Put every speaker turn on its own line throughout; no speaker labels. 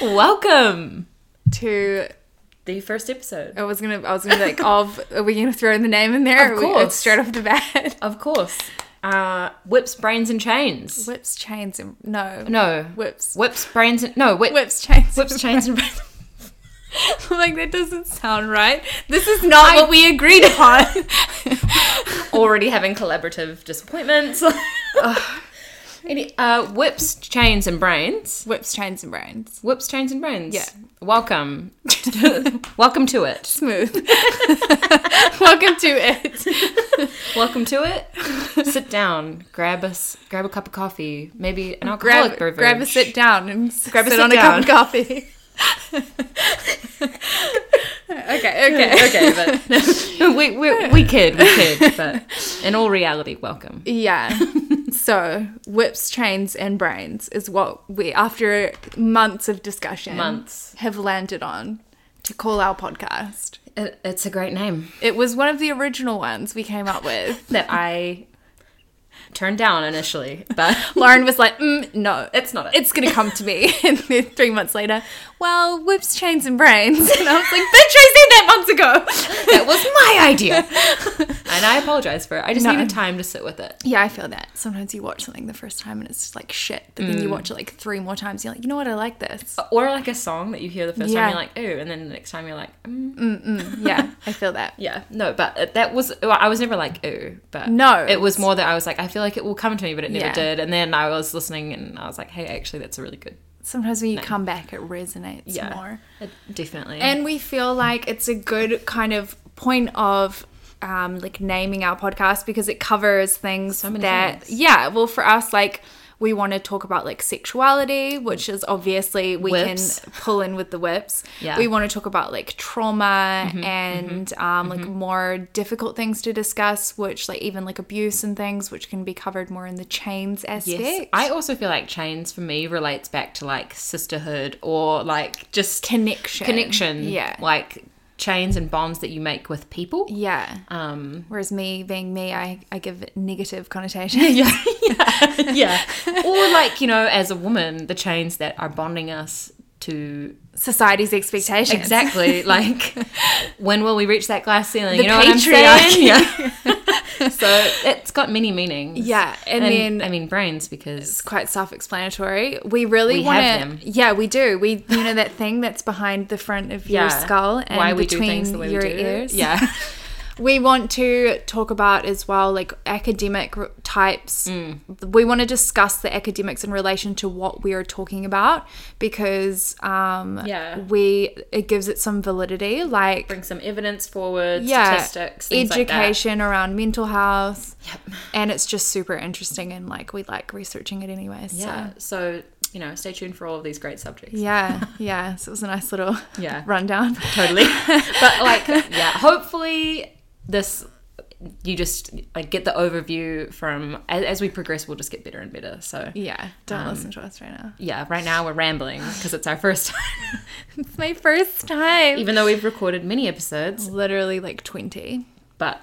Welcome
to
the first episode.
I was gonna I was gonna be like of are we gonna throw in the name in there?
Of
Are we-
course.
it's straight off the bat.
Of course, uh, whips, brains, and chains.
Whips, chains, and no,
No,
whips,
whips, brains, and no, whip,
whips, chains,
whips, chains, and brains.
I'm like that doesn't sound right. This is not what we agreed upon.
Already having collaborative disappointments. Any, uh, whips, chains, and brains.
whips, chains, and brains.
Whips, chains, and brains.
Yeah.
Welcome. Welcome to it.
Smooth. Welcome to it.
Welcome to it. Sit down. Grab us. Grab a cup of coffee. Maybe an alcoholic beverage.
Grab, grab a sit down and s-
Grab a
sit
sit
on a cup
down.
of coffee. okay, okay.
okay, but we we we kid, we kid, but in all reality, welcome.
Yeah. so whips, trains, and brains is what we, after months of discussion,
Months.
have landed on to call our podcast.
It, it's a great name
It was one of the original ones we came up with.
that I turned down initially, but
Lauren was like, mm, "No,
it's not it.
it's gonna come to me." and then three months later, well, whips, trains, and brains, and I was like, "Bitch, I said that months ago."
that was my idea, and I apologize for it. I just
No.
needed time to sit with it.
Yeah, I feel that. Sometimes you watch something the first time and it's just like shit, but then you
Mm.
watch it like three more times. You're like, you know what? I like this.
Or like a song that you hear the first
Yeah.
time, you're like, ooh, and then the next time you're like, mm.
yeah, I feel that.
yeah, no, but it- that was I was never like ooh, but
No.
it was more that I was like, I feel like it will come to me, but it never
Yeah.
did. And then I was listening, and I was like, hey, actually, that's a really good.
sometimes when you come back it resonates
Yeah,
more
It- definitely.
and we feel like it's a good kind of point of um, like naming our podcast because it covers things
many
that
things.
yeah well for us like we want to talk about like sexuality which is obviously we
Whips.
can pull in with the whips
Yeah.
we want to talk about like trauma and um, like more difficult things to discuss which like even like abuse and things which can be covered more in the chains aspect
Yes. I also feel like chains for me relates back to like sisterhood or like just
connection
connection.
yeah
Like chains and bonds that you make with people.
yeah
Um
Whereas me being me, I, I give it negative connotation. yeah.
yeah. or like, you know, as a woman, the chains that are bonding us to
Society's expectations.
Exactly. like when will we reach that glass ceiling?
The
you know what I'm
patriarchy.
saying? Yeah. so it's got many meanings.
Yeah. And, then
I mean brains because
it's quite self explanatory. We really
We
want
have
to.
them.
Yeah, we do. We, you know, that thing that's behind the front of your
yeah,
skull and
why we do
between
things the way
your
we do.
ears.
Yeah.
We want to talk about as well, like academic r- types.
Mm.
We want to discuss the academics in relation to what we are talking about because um,
Yeah.
we it gives it some validity. Like
Bring some evidence forward, statistics, things like that.
education around mental health. And it's just super interesting and like we like researching it anyway. So
Yeah. So, you know, stay tuned for all of these great subjects.
yeah, yeah. So it was a nice little
Yeah.
rundown.
Totally. but like, yeah, hopefully this you just like get the overview from as, as we progress we'll just get better and better. So,
Yeah, don't
um,
listen to us right now.
yeah, right now we're rambling because it's our first time.
It's my first time.
Even though we've recorded many episodes,
literally like 20.
but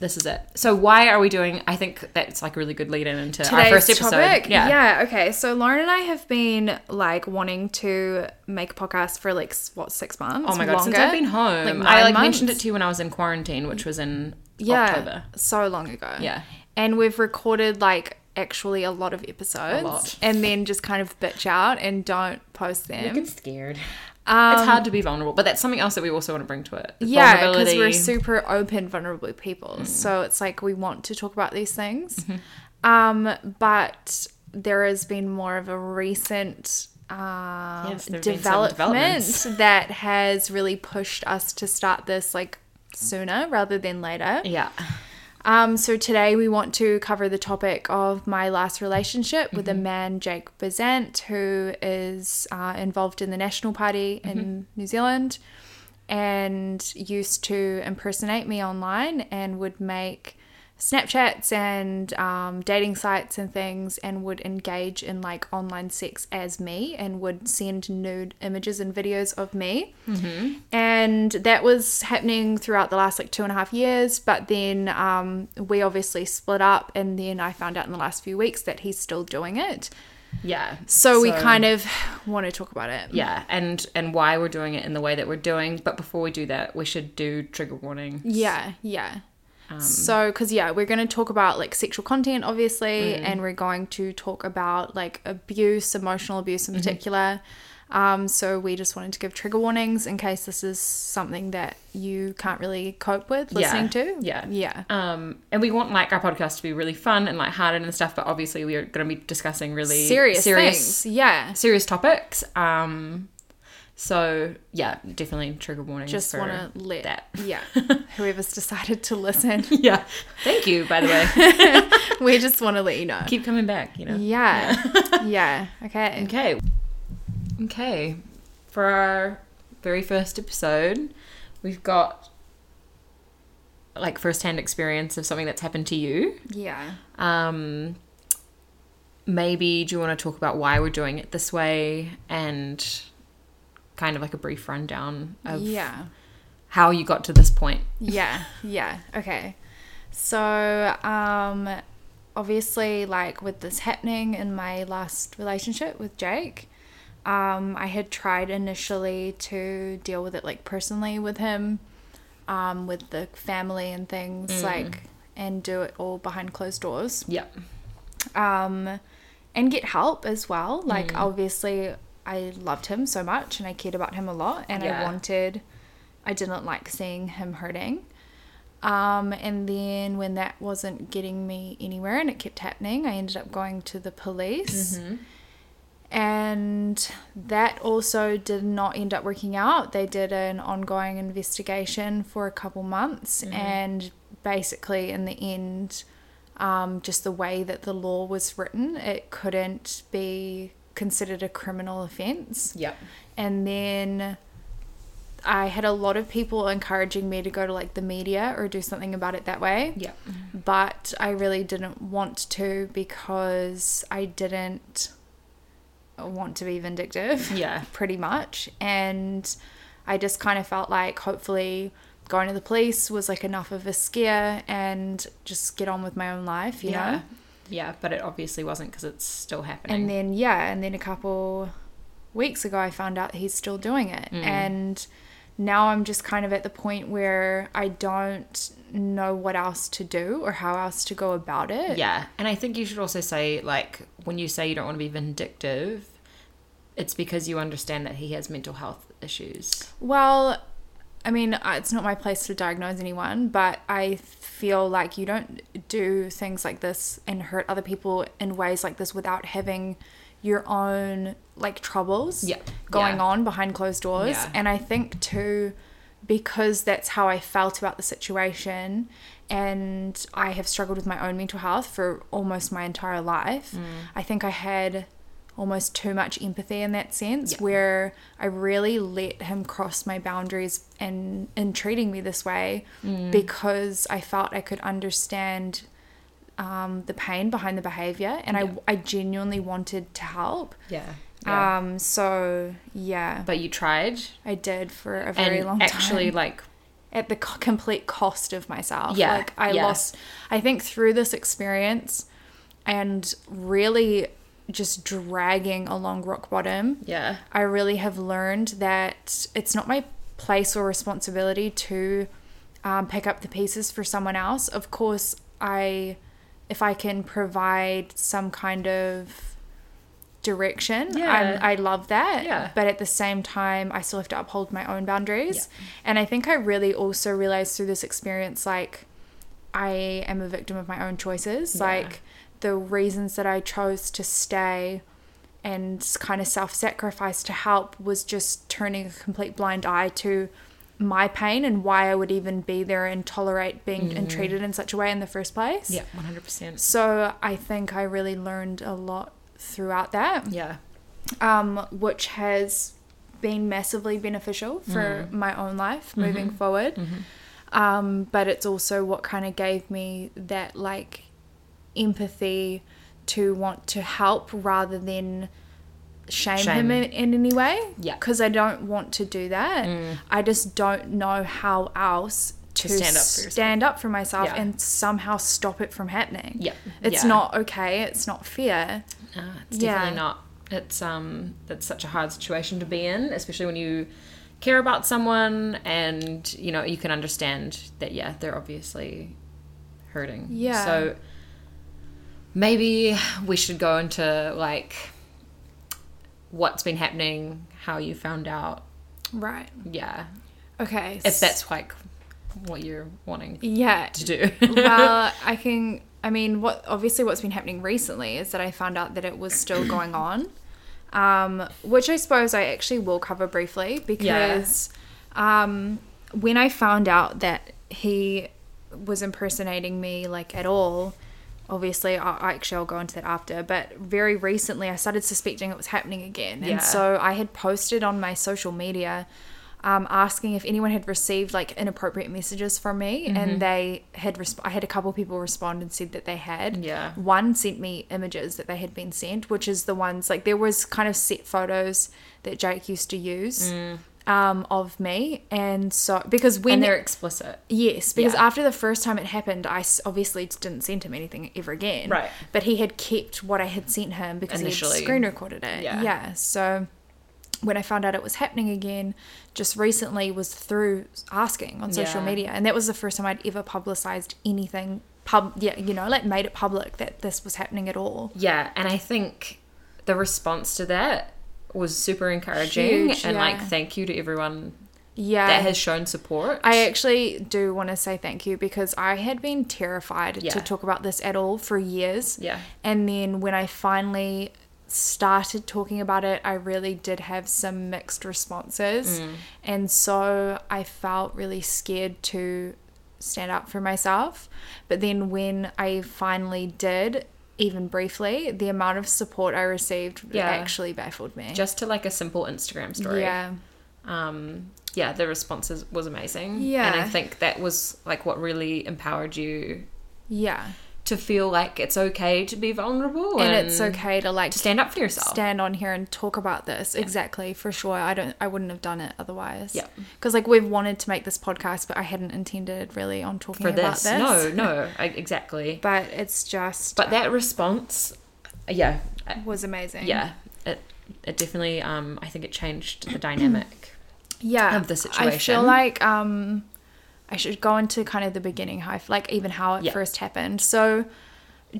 this is it. So, why are we doing I think that's like a really good lead in into our
Today's
first episode.
topic.
Yeah.
okay. So Lauren and I have been like wanting to make a podcast for like s- what, six months?
Oh my god, since
Longer?
I've been home,
Like
I
nine
like mentioned it
months?
to you when I was in quarantine, which was in
yeah,
October.
so long ago.
Yeah.
and we've recorded like actually a lot of episodes,
lot.
and then just kind of bitch out and don't post them.
get scared. Um, it's hard to be vulnerable, but that's something else that we also want to bring to it.
Um, Yeah, because
Vulnerability. Mm.
we're super open, vulnerable people. So it's like we want to talk about these things,
Mm-hmm.
um, but there has been more of a recent. Um,
Yes, there have been some
development
developments.
that has really pushed us to start this like sooner rather than later.
yeah,
Um, so today we want to cover the topic of my last relationship with a man, Jake Bezant, who is uh, involved in the National Party in New Zealand and used to impersonate me online and would make Snapchats and um, dating sites and things and would engage in like online sex as me and would send nude images and videos of me. Mm-hmm. And that was happening throughout the last like two and a half years. But then um, we obviously split up, and then I found out in the last few weeks that he's still doing it.
Yeah.
So, we kind of want to talk about it.
yeah, and and why we're doing it in the way that we're doing. But before we do that, we should do trigger warning.
Yeah, yeah. so,
Um,
because yeah, we're going to talk about like sexual content, obviously,
Mm-hmm.
and we're going to talk about like abuse, emotional abuse
Mm-hmm.
in particular. Um, so, we just wanted to give trigger warnings in case this is something that you can't really cope with listening to.
Yeah.
Yeah.
Um, and we want like our podcast to be really fun and lighthearted and stuff, but obviously we are going to be discussing really
Serious,
serious,
things. Yeah.
serious topics. Um, so yeah, definitely trigger warning.
Just
for
want to let
that.
yeah, whoever's decided to listen,
Yeah. Thank you, by the way.
we just want to let you know.
Keep coming back. You know.
Yeah. Yeah. Okay.
Okay. Okay. For our very first episode, we've got like first-hand experience of something that's happened to you.
Yeah.
Um, maybe do you want to talk about why we're doing it this way and kind of like a brief rundown of
Yeah.
how you got to this point?
yeah yeah okay so um obviously like with this happening in my last relationship with jake um i had tried initially to deal with it like personally with him um with the family and things like and do it all behind closed doors
Yeah.
um, and get help as well. Like, obviously, I loved him so much and I cared about him a lot, and
Yeah.
I wanted, I didn't like seeing him hurting. Um, and then when that wasn't getting me anywhere and it kept happening, I ended up going to the
Mm-hmm.
police. And that also did not end up working out. They did an ongoing investigation for a couple months, and basically, in the end, um, just the way that the law was written, it couldn't be considered a criminal offence.
Yeah.
And then I had a lot of people encouraging me to go to like the media or do something about it that way
Yeah.
but I really didn't want to because I didn't want to be vindictive.
Yeah.
Pretty much. And I just kind of felt like hopefully going to the police was like enough of a scare and just get on with my own life, you know?
Yeah. Yeah, but it obviously wasn't because it's still happening.
And then yeah, and then a couple weeks ago I found out he's still doing it.
Mm.
And now I'm just kind of at the point where I don't know what else to do or how else to go about it.
Yeah, and I think you should also say like when you say you don't want to be vindictive, it's because you understand that he has mental health issues.
Well, I mean, I- it's not my place to diagnose anyone, but I feel like you don't do things like this and hurt other people in ways like this without having your own like troubles
Yeah.
going
Yeah.
on behind closed doors.
Yeah.
And I think too because that's how I felt about the situation and I have struggled with my own mental health for almost my entire life. I think I had almost too much empathy in that sense where I really let him cross my boundaries and in treating me this way
Mm.
because I felt I could understand um, the pain behind the behavior and I, I genuinely wanted to help.
Yeah.
Um, so yeah,
Uh, but you tried
I did for a very long
and
time
actually like
at the co- complete cost of myself.
Yeah,
Like I
yeah.
lost I think through this experience and really just dragging along rock bottom,
yeah.
I really have learned that it's not my place or responsibility to um, pick up the pieces for someone else. Of course, I if I can provide some kind of direction,
Yeah.
I'm, I love that.
Yeah.
But at the same time, I still have to uphold my own boundaries. And I think I really also realized through this experience, like I am a victim of my own choices. Like the reasons that I chose to stay and kind of self sacrifice to help was just turning a complete blind eye to my pain and why I would even be there and tolerate being and treated in such a way in the first place.
Yeah, 100%.
So I think I really learned a lot throughout that,
Yeah.
um, which has been massively beneficial
Mm.
for my own life
Mm-hmm.
moving forward. Um, but it's also what kind of gave me that like empathy to want to help rather than shame,
Shame.
him in, in any way.
Yeah. Mm.
Because I don't want to do that. I just don't know how else to
stand up for yourself.
stand up for myself
Yeah.
and somehow stop it from happening.
Yeah.
It's
Yeah.
not okay. It's not fair.
No, Ah, it's
Yeah.
definitely not. It's um, that's such a hard situation to be in, especially when you care about someone and you know you can understand that. Yeah, they're obviously hurting.
Yeah.
So maybe we should go into like what's been happening, how you found out.
Right.
Yeah,
Okay.
if that's like what you're wanting
yeah.
to do.
well, I can. I mean, what obviously what's been happening recently is that I found out that it was still going on, um, which I suppose I actually will cover briefly because um, when I found out that he was impersonating me like at all, obviously I, I actually I'll go into that after. But very recently, I started suspecting it was happening again,
Yeah.
and so I had posted on my social media um, asking if anyone had received like inappropriate messages from me,
Mm-hmm.
and they had. Resp- I had a couple people respond and said that they had.
Yeah.
One sent me images that they had been sent, which is the ones like there was kind of set photos that Jake used to use. Um, of me and so because when
Mm. and they're explicit.
Yes, because
Yeah.
after the first time it happened, I s- obviously didn't send him anything ever again.
Right.
But he had kept what I had sent him because he
Initially.
had screen recorded it.
Yeah.
Yeah. So when I found out it was happening again, just recently was through asking on social
Yeah.
media, and that was the first time I'd ever publicized anything. Pub, yeah, you know, like made it public that this was happening at all.
Yeah, and I think the response to that was super encouraging
Huge,
and like
yeah.
thank you to everyone
Yeah.
that has shown support.
I actually do want to say thank you because I had been terrified
Yeah.
to talk about this at all for years.
Yeah.
And then when I finally started talking about it, I really did have some mixed responses.
Mm.
And so I felt really scared to stand up for myself. But then when I finally did, even briefly, the amount of support I received
Yeah.
actually baffled me.
just to like a simple Instagram story.
Yeah.
Um yeah, the responses was amazing.
Yeah.
And I think that was like what really empowered you
Yeah.
to feel like it's okay to be vulnerable
And, it's okay to like
to stand up for yourself.
stand on here and talk about this exactly for sure i don't i wouldn't have done it otherwise
Yeah.
because like we've wanted to make this podcast but i hadn't intended really on talking
for
about this,
this. No, no, I, exactly. But,
but it's just
that response yeah, I-
was amazing
yeah, it it definitely um I think it changed the dynamic.
yeah
of the
i feel
situation.
like um i should go into kind of the beginning how I f- like even how it
Yeah.
first happened so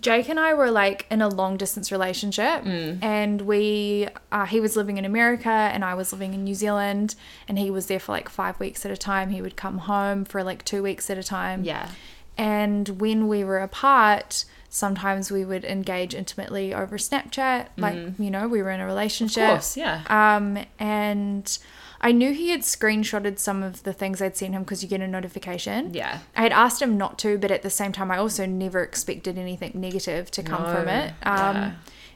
jake and i were like in a long distance relationship
Mm.
and we uh, he was living in america and i was living in new zealand and he was there for like five weeks at a time he would come home for like two weeks at a time
Yeah.
And when we were apart, sometimes we would engage intimately over Snapchat. Like, you know, we were in a relationship.
Mm. Of course, yeah.
Um, and I knew he had screenshotted some of the things I'd seen him because you get a notification.
Yeah.
I had asked him not to, but at the same time, I also never expected anything negative to come from
No,
it. Um,
yeah.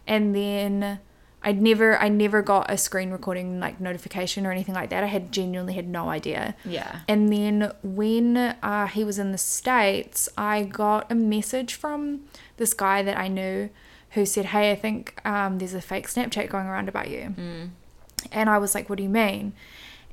and then I'd never, I never got a screen recording like notification or anything like that. I had genuinely had no idea.
Yeah.
And then when uh, he was in the States, I got a message from this guy that I knew who said, Hey, I think um, there's a fake Snapchat going around about you. And I was like, What do you mean?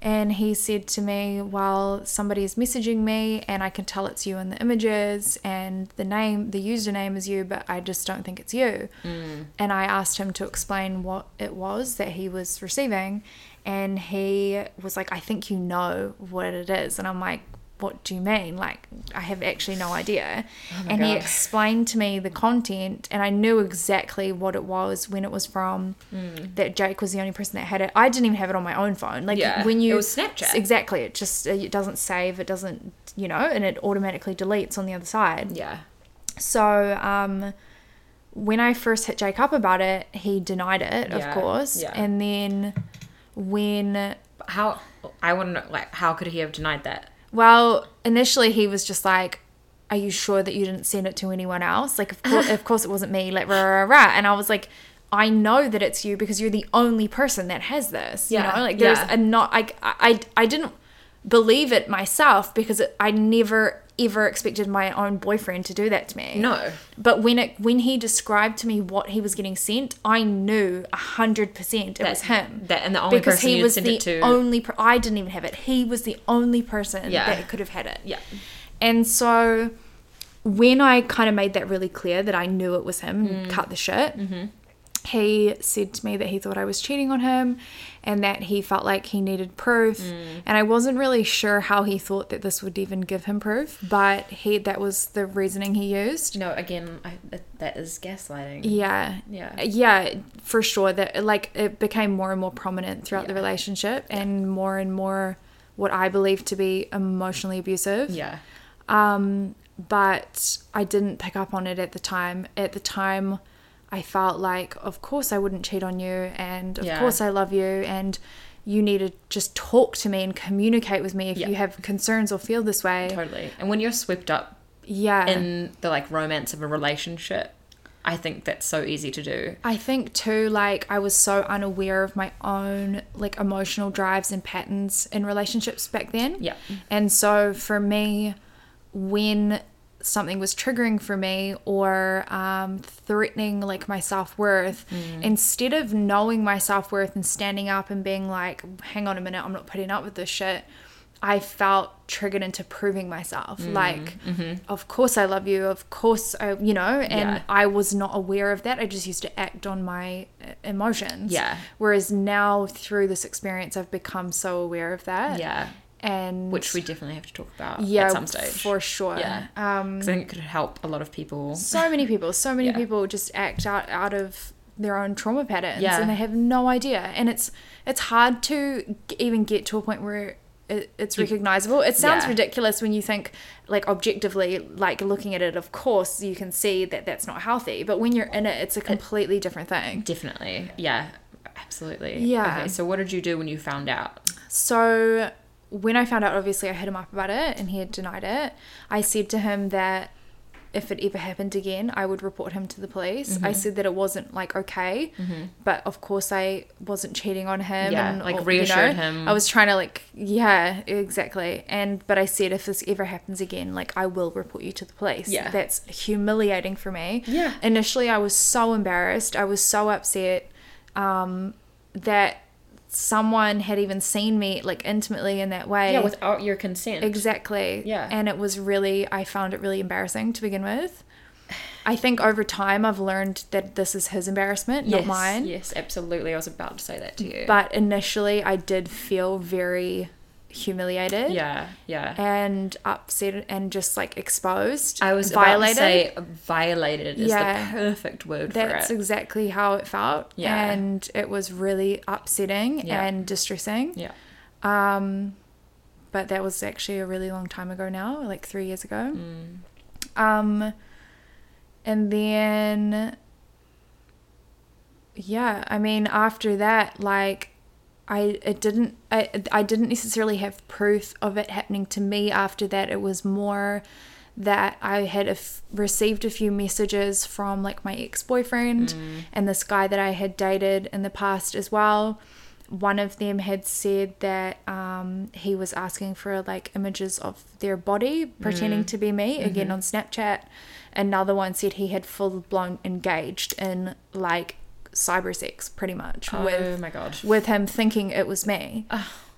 And he said to me, Well, somebody is messaging me and I can tell it's you in the images and the name, the username is you, but I just don't think it's you. And I asked him to explain what it was that he was receiving. And he was like, I think you know what it is. And I'm like, What do you mean? Like, I have actually no idea. and he
God.
explained to me the content and I knew exactly what it was, when it was from,
Hmm.
that Jake was the only person that had it. I didn't even have it on my own phone. Like
Yeah,
when you
it was Snapchat.
Exactly. It just it doesn't save, it doesn't, you know, and it automatically deletes on the other side.
Yeah.
So, um, when I first hit Jake up about it, he denied it,
Yeah,
of course.
yeah.
And then when,
But How I want to know, like, how could he have denied that?
well, initially he was just like, "Are you sure that you didn't send it to anyone else?" Like, of course, of course it wasn't me. Like, rah, rah, rah. And I was like, "I know that it's you because you're the only person that has this."
Yeah,
You know, like there's
yeah.
a not. I, I, I didn't. believe it myself because it, I never ever expected my own boyfriend to do that to me.
No.
But when it when he described to me what he was getting sent, I knew hundred percent it was him.
that- and the only
because
person
he
you'd
was
sent
the
it to-
only. Per- I didn't even have it. He was the only person
Yeah.
that could have had it.
Yeah.
And so when I kind of made that really clear that I knew it was him,
Mm.
and cut the shit.
Mm-hmm.
He said to me that he thought I was cheating on him and that he felt like he needed proof.
Mm.
And I wasn't really sure how he thought that this would even give him proof, but he that was the reasoning he used.
No, again, I, that, that is gaslighting.
Yeah.
Yeah.
Yeah, for sure. That like it became more and more prominent throughout the relationship and more and more what I believe to be emotionally abusive.
Yeah.
Um, but I didn't pick up on it at the time. At the time, I felt like, of course, I wouldn't cheat on you, and of
Yeah.
course, I love you, and you need to just talk to me and communicate with me if
Yeah.
you have concerns or feel this way.
Totally. And when you're swept up
Yeah.
in the like romance of a relationship, I think that's so easy to do.
I think too, like I was so unaware of my own like emotional drives and patterns in relationships back then.
Yeah.
And so for me, when something was triggering for me or um, threatening like my self worth,
Mm.
instead of knowing my self worth and standing up and being like, hang on a minute, I'm not putting up with this shit. I felt triggered into proving myself.
Mm.
Like, of course I love you. Of course, I, you know, and
Mm-hmm. Yeah.
I was not aware of that. I just used to act on my uh, emotions.
Yeah.
Whereas now through this experience, I've become so aware of that.
Yeah.
And
Which we definitely have to talk about
yeah,
at some stage.
for sure.
Yeah.
Um,
'Cause I think it could help a lot of people.
so many people, so many
Yeah.
people just act out out of their own trauma patterns,
Yeah.
and they have no idea. And it's it's hard to g- even get to a point where. It, it's recognizable. It sounds
yeah.
ridiculous when you think, like, objectively, like looking at it, of course, you can see that that's not healthy. But when you're in it, it's a completely different thing.
Definitely. Yeah. Absolutely.
Yeah.
Okay, so what did you do when you found out?
So when I found out, obviously I hit him up about it, and he had denied it. I said to him that if it ever happened again, I would report him to the police.
Mm-hmm.
I said that it wasn't like okay, but of course I wasn't cheating on him.
Yeah,
and,
like,
or, you
reassured him.
I was trying to like yeah, exactly. And but I said if this ever happens again, like I will report you to the police.
Yeah.
that's humiliating for me.
Yeah.
Initially, I was so embarrassed. I was so upset um, that someone had even seen me like intimately in that way.
Yeah, without your consent.
exactly.
Yeah.
And it was really, I found it really embarrassing to begin with. I think over time, I've learned that this is his embarrassment,
yes,
not mine.
Yes, absolutely. I was about to say that to you.
But initially, I did feel very humiliated.
yeah, yeah.
And upset and just like exposed.
I was
violated.
about to say violated is
Yeah.
the perfect word
That's
for it.
exactly how it felt.
Yeah.
And it was really upsetting
Yeah.
and distressing.
yeah.
Um, but that was actually a really long time ago now, like three years ago. Um, and then, yeah, I mean, after that, like, I it didn't I I didn't necessarily have proof of it happening to me. After that, it was more that I had a f- received a few messages from like my ex boyfriend and this guy that I had dated in the past as well. One of them had said that um, he was asking for like images of their body, pretending to be me again on Snapchat. Another one said he had full blown engaged in like cyber sex, pretty much
Oh
with
my god.
with him thinking it was me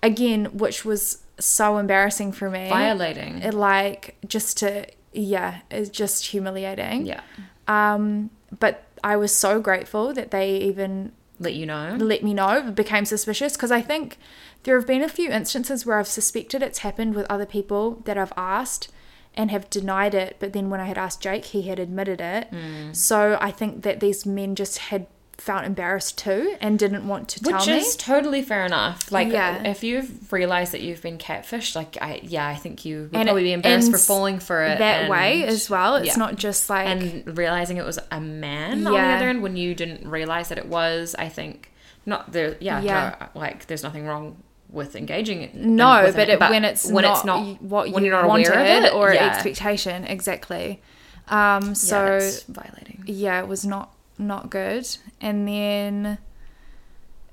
again, which was so embarrassing for me.
Violating.
It like just to yeah, it's just humiliating.
yeah.
Um, but I was so grateful that they even
Let you know.
let me know, became suspicious because I think there have been a few instances where I've suspected it's happened with other people that I've asked and have denied it, but then when I had asked Jake, he had admitted it.
Mm.
So I think that these men just had felt embarrassed too and didn't want to
Which
tell me.
is totally fair enough. Like,
Yeah.
if you've realized that you've been catfished, like, I yeah, I think you would
And it
probably be embarrassed for
ends
falling for it
that
and-
way as well. It's
yeah.
not just like
and realizing it was a man on the
Yeah.
other end when you didn't realize that it was. I think not there. Yeah,
Yeah.
No, like, there's nothing wrong with engaging it.
no,
with
but,
it,
it, when it's
when
not
it's not
what you
when you're not
wanted
aware of it
or
yeah.
expectation exactly. Um,
Yeah,
so
that's violating.
yeah, it was not not good. And then,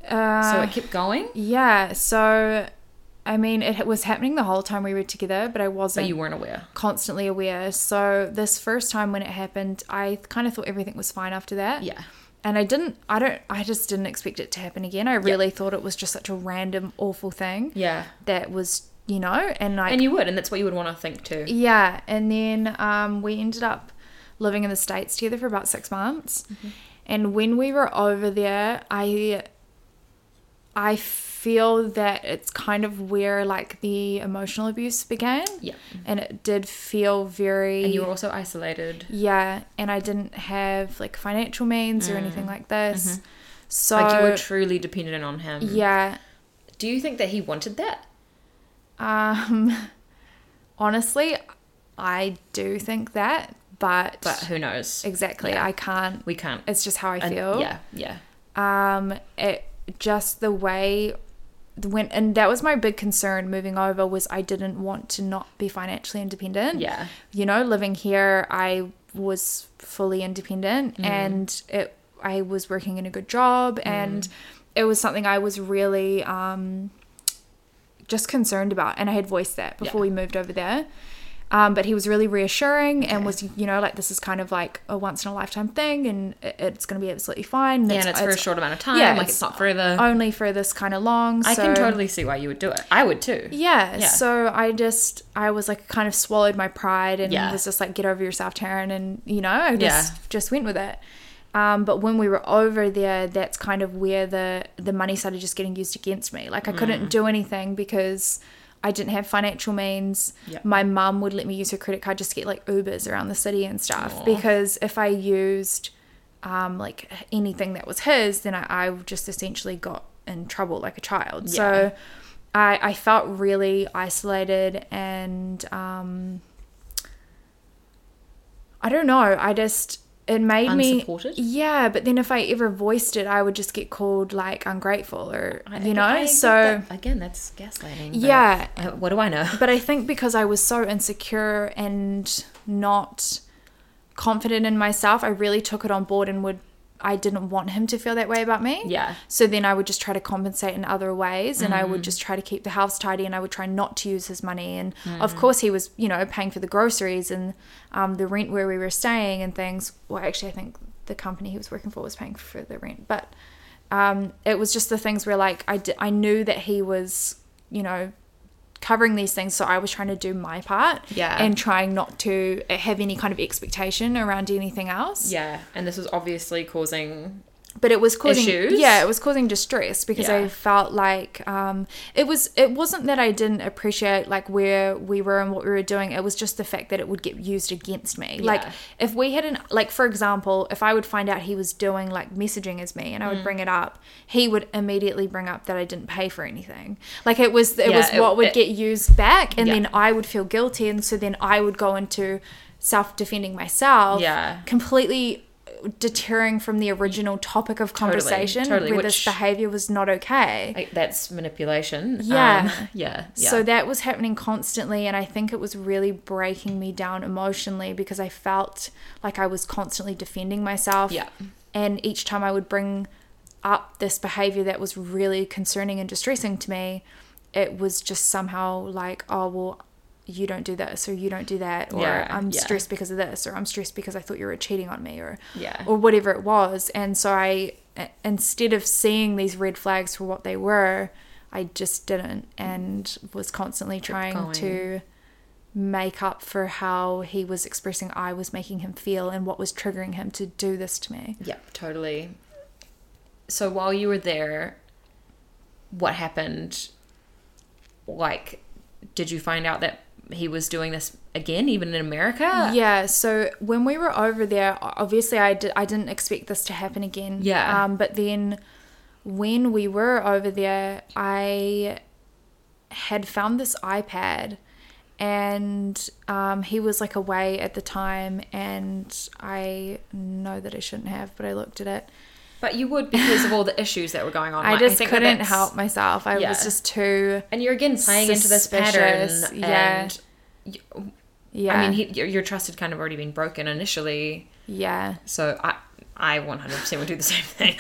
so
uh,
it kept going.
yeah, so I mean, it was happening the whole time we were together, but I wasn't
But you weren't aware.
constantly aware. So this first time when it happened, I kind of thought everything was fine after that.
Yeah.
And I didn't, I don't, I just didn't expect it to happen again. I really thought it was just such a random, awful thing
Yeah.
that was, you know, and like,
And you would, and that's what you would want to think too.
yeah. And then um, we ended up living in the States together for about six months.
Mm-hmm.
And when we were over there, I, I feel that it's kind of where like the emotional abuse began.
Yeah.
And it did feel very.
And you were also isolated.
Yeah, and I didn't have like financial means or anything like this. So
Mm. Mm-hmm. like you were mm. truly dependent on him.
yeah,
Do you think that he wanted that?
um, honestly, I do think that, but,
But who knows?
exactly,
yeah.
I can't.
We can't.
It's just how I
and-
feel.
Yeah. Yeah.
Um, it just the way when and that was my big concern moving over was I didn't want to not be financially independent.
Yeah.
you know, living here, I was fully independent
Mm.
and it, I was working in a good job and it was something I was really um, just concerned about. And I had voiced that before we moved over there. Um, but he was really reassuring and was, you know, like this is kind of like a once in a lifetime thing and it- it's going to be absolutely fine.
Yeah, and it's for a short amount of time.
yeah,
like
it's-
it's not forever.
only for this kind of long.
I can
so-
totally see why you would do it. I would too.
yeah,
Yeah.
So I just I was like kind of swallowed my pride and
Yeah.
was just like get over yourself, Taryn, and you know I just
Yeah.
just went with it. Um, but when we were over there, that's kind of where the the money started just getting used against me. Like I
Mm.
couldn't do anything because I didn't have financial means.
Yeah.
My mum would let me use her credit card just to get like Ubers around the city and stuff because if I used um, like anything that was his, then I, I just essentially got in trouble like a child.
Yeah.
Um, So I, I felt really isolated and um, I don't know. I just it made
Unsupported?
me yeah. But then if I ever voiced it, I would just get called like ungrateful or
I-
you know.
I get
so
that- again, that's gaslighting. but,
Yeah.
uh, what do I know?
but I think because I was so insecure and not confident in myself, I really took it on board and would I didn't want him to feel that way about me.
Yeah.
So then I would just try to compensate in other ways and I would just try to keep the house tidy and I would try not to use his money. And of course, he was, you know, paying for the groceries and um, the rent where we were staying and things. Well, actually, I think the company he was working for was paying for the rent. But um, it was just the things where, like, I, di- I knew that he was, you know, covering these things. So I was trying to do my part
Yeah.
and trying not to have any kind of expectation around anything else
Yeah, and this was obviously causing.
but it was causing
Issues?
yeah it was causing distress because i
Yeah.
felt like um it was it wasn't that i didn't appreciate like where we were and what we were doing it was just the fact that it would get used against me like
Yeah.
if we hadn't like for example if i would find out he was doing like messaging as me and i would
Mm.
bring it up he would immediately bring up that i didn't pay for anything like it was it
Yeah,
was
it-
what would
it-
get used back and
Yeah.
then i would feel guilty and so then i would go into self-defending myself
Yeah.
completely uh, deterring from the original topic of conversation
totally,
where this
which-
behavior was not okay.
Like, that's manipulation.
Yeah.
Um, yeah. Yeah.
So that was happening constantly, and I think it was really breaking me down emotionally because I felt like I was constantly defending myself.
Yeah.
And each time I would bring up this behavior that was really concerning and distressing to me, it was just somehow like, oh, well, you don't do this, or you don't do that, or
Yeah,
I'm
yeah.
stressed because of this, or I'm stressed because I thought you were cheating on me, or
Yeah.
or whatever it was. And so I, instead of seeing these red flags for what they were, I just didn't and was constantly trying
going.
to make up for how he was expressing I was making him feel and what was triggering him to do this to me.
Yep, totally. So while you were there, what happened? Like, did you find out that he was doing this again, even in America?
Yeah, so when we were over there, o- obviously I, did, I didn't expect this to happen again.
Yeah.
Um, but then when we were over there, I had found this iPad and um, he was like away at the time and I know that I shouldn't have, but I looked at it.
But you would because of all the issues that were going on.
I
Like,
just
think that
couldn't
that's-
help myself. I
Oh, Yeah.
was just too
And you're again playing into this pattern.
Suspicious, yeah.
And
yeah.
I mean, he, your, your trust had kind of already been broken initially.
yeah.
So I, I 100% would do the same thing.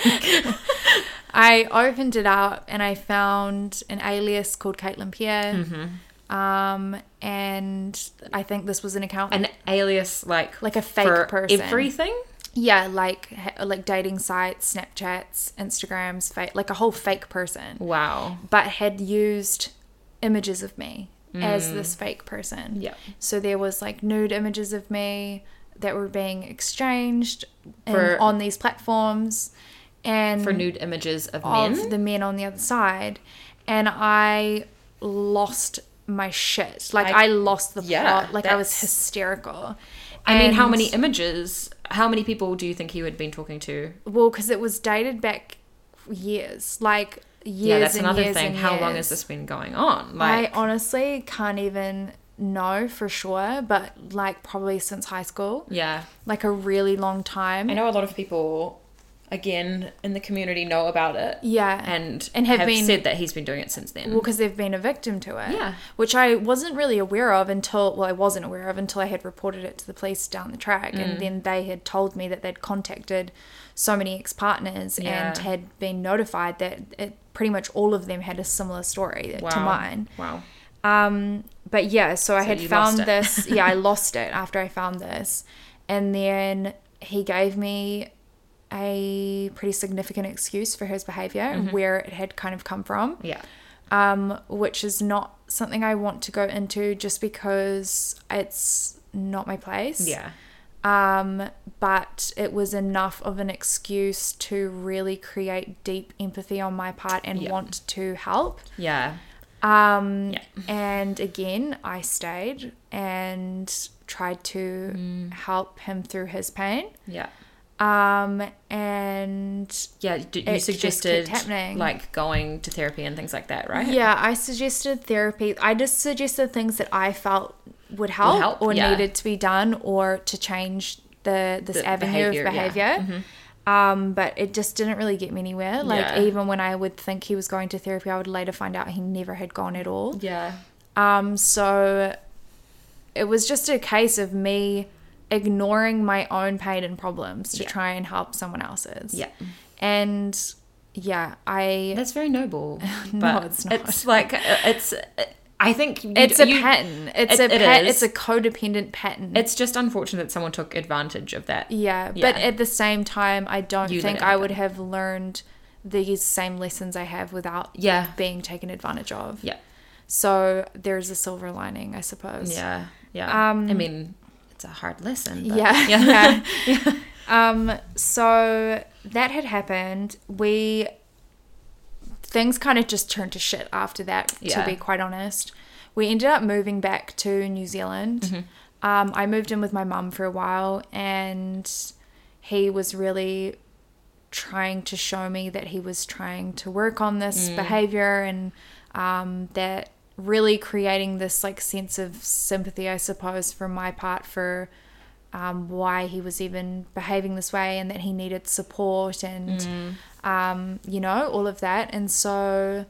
I opened it up and I found an alias called Caitlin Pierre.
Mm-hmm.
Um, and I think this was an account.
An alias, like
Like a fake
for
person.
Everything.
yeah, like ha- like dating sites, Snapchats, Instagrams, fake, like a whole fake person,
Wow.
but had used images of me as
Mm.
this fake person.
Yep.
So there was like nude images of me that were being exchanged in-
For-
on these platforms, and
For nude images of
Mm. of
men.
the men on the other side, and I lost my shit. Like I,
I-
lost the
yeah,
plot. Like I was
that's-
hysterical.
I mean, how
And-
many images? How many people do you think you had been talking to?
Well, because it was dated back years, like years.
yeah, that's
and
another
years
thing.
and
How long has
years.
this been going on?
I
Like,
honestly can't even know for sure, but like probably since high school,
yeah.
like a really long time.
I know a lot of people, again, in the community know about it.
Yeah.
And,
And have
have,
been-
said that he's been doing it since then.
Well, because they've been a victim to it.
Yeah.
Which I wasn't really aware of until, well, I wasn't aware of until I had reported it to the police down the track.
Mm.
And then they had told me that they'd contacted so many ex partners and
Yeah.
had been notified that it, pretty much all of them had a similar story to mine.
Wow.
Um, but yeah, so I had
you
found
lost it.
this. Yeah, I lost it after I found this. And then he gave me a pretty significant excuse for his behavior and
Mm-hmm.
where it had kind of come from
Yeah.
um, which is not something I want to go into just because it's not my place.
Yeah.
Um, but it was enough of an excuse to really create deep empathy on my part and
Yeah.
want to help.
Yeah.
Um,
Yeah.
And again, I stayed and tried to
Mm.
help him through his pain.
Yeah.
Um, and
Yeah. d-
It
you
just kept
suggested
happening.
like going to therapy and things like that, right?
Yeah, I suggested therapy. I just suggested things that I felt would help,
help,
or
yeah.
needed to be done or to change the this
The
avenue
behavior,
of
yeah. Mm-hmm.
behavior. Um, but it just didn't really get me anywhere. Like
Yeah.
even when I would think he was going to therapy, I would later find out he never had gone at all.
Yeah.
Um, so it was just a case of me ignoring my own pain and problems to
Yeah.
try and help someone else's.
Yeah.
And yeah, I
That's very noble.
No,
But
it's not.
It's like, uh, it's, I think you-
it's a
you-
pattern. It's
it-
a
it
pat-
is.
it's a codependent pattern.
It's just unfortunate that someone took advantage of that.
yeah, but
Yeah.
at the same time, I don't
You let
think
it
I
happen.
would have learned these same lessons I have without
Yeah.
being taken advantage of.
Yeah.
So there's a silver lining, I suppose.
Yeah. Yeah. Um, I mean, it's a hard lesson. But
Yeah.
Yeah.
yeah. Um, so that had happened. We things kind of just turned to shit after that,
Yeah.
to be quite honest. We ended up moving back to New Zealand. Um, I moved in with my mum for a while and he was really trying to show me that he was trying to work on this behavior and um, that really creating this like sense of sympathy i suppose from my part for um, why he was even behaving this way and that he needed support and
Mm.
um, you know all of that and so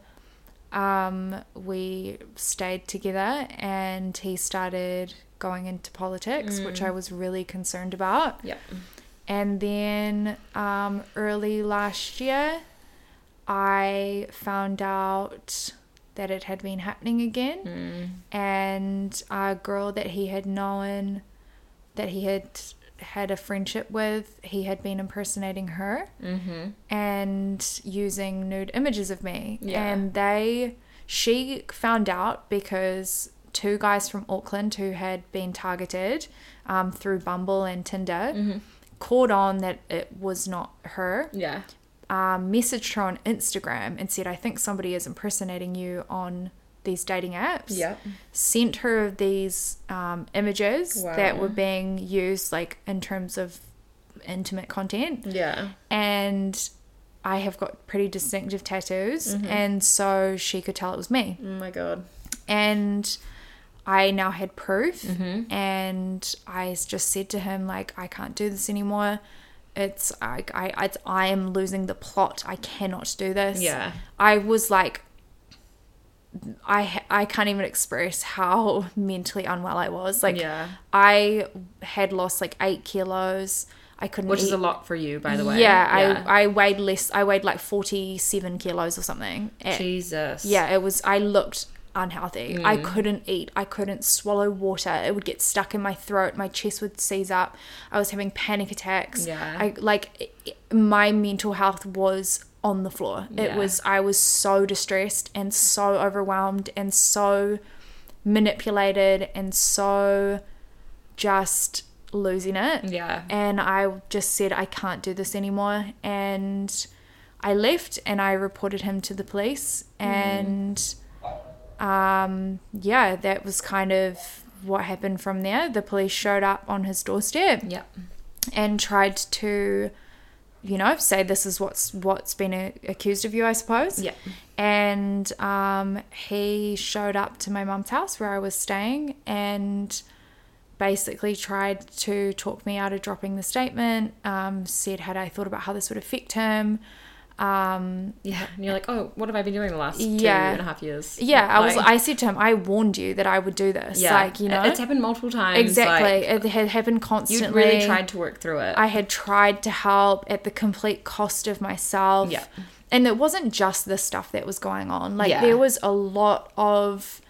um, we stayed together and he started going into politics which i was really concerned about
Yeah.
and then um, early last year, I found out that it had been happening again. And a girl that he had known, that he had had a friendship with, he had been impersonating her
Mm-hmm.
and using nude images of me.
Yeah.
And they, she found out because two guys from Auckland who had been targeted um, through Bumble and Tinder
Mm-hmm.
caught on that it was not her.
Yeah.
Um, messaged her on Instagram and said, I think somebody is impersonating you on these dating apps.
Yeah.
Sent her these um, images that
Wow.
were being used, like in terms of intimate content
Yeah.
and I have got pretty distinctive tattoos,
Mm-hmm.
and so she could tell it was me.
Oh my god.
And I now had proof,
Mm-hmm.
and I s- just said to him like, I can't do this anymore. It's I, I it's I am losing the plot. I cannot do this.
Yeah.
I was like, I ha- I can't even express how mentally unwell I was. Like,
Yeah.
I had lost like eight kilos. I I couldn't
which is
eat-
a lot for you, by the way.
Yeah, I, I weighed less. I weighed like 47 kilos or something. at-
Jesus.
yeah, it was. I looked unhealthy. I
Mm.
couldn't eat. I couldn't swallow water. It would get stuck in my throat. My chest would seize up. I was having panic attacks.
Yeah.
I like it- my mental health was on the floor. It
Yeah.
was. I was so distressed and so overwhelmed and so manipulated and so just losing it
Yeah.
and I just said I can't do this anymore and I left and I reported him to the police and um yeah that was kind of what happened from there the police showed up on his doorstep
Yeah.
and tried to you know say this is what's what's been a- accused of you I suppose
Yeah.
and um, he showed up to my mum's house where I was staying and basically tried to talk me out of dropping the statement. Um, said had I thought about how this would affect him. Um,
Yeah. And you're like, oh, what have I been doing the last
Yeah.
two and a half years?
yeah, I was.
Like,
I said to him, I warned you that I would do this. like you
it-
know,
it's happened multiple times. Like,
exactly. it had happened
you
constantly.
really tried to work through it.
I had tried to help at the complete cost of myself.
Yeah.
And it wasn't just the stuff that was going on. Like
Yeah.
there was a lot of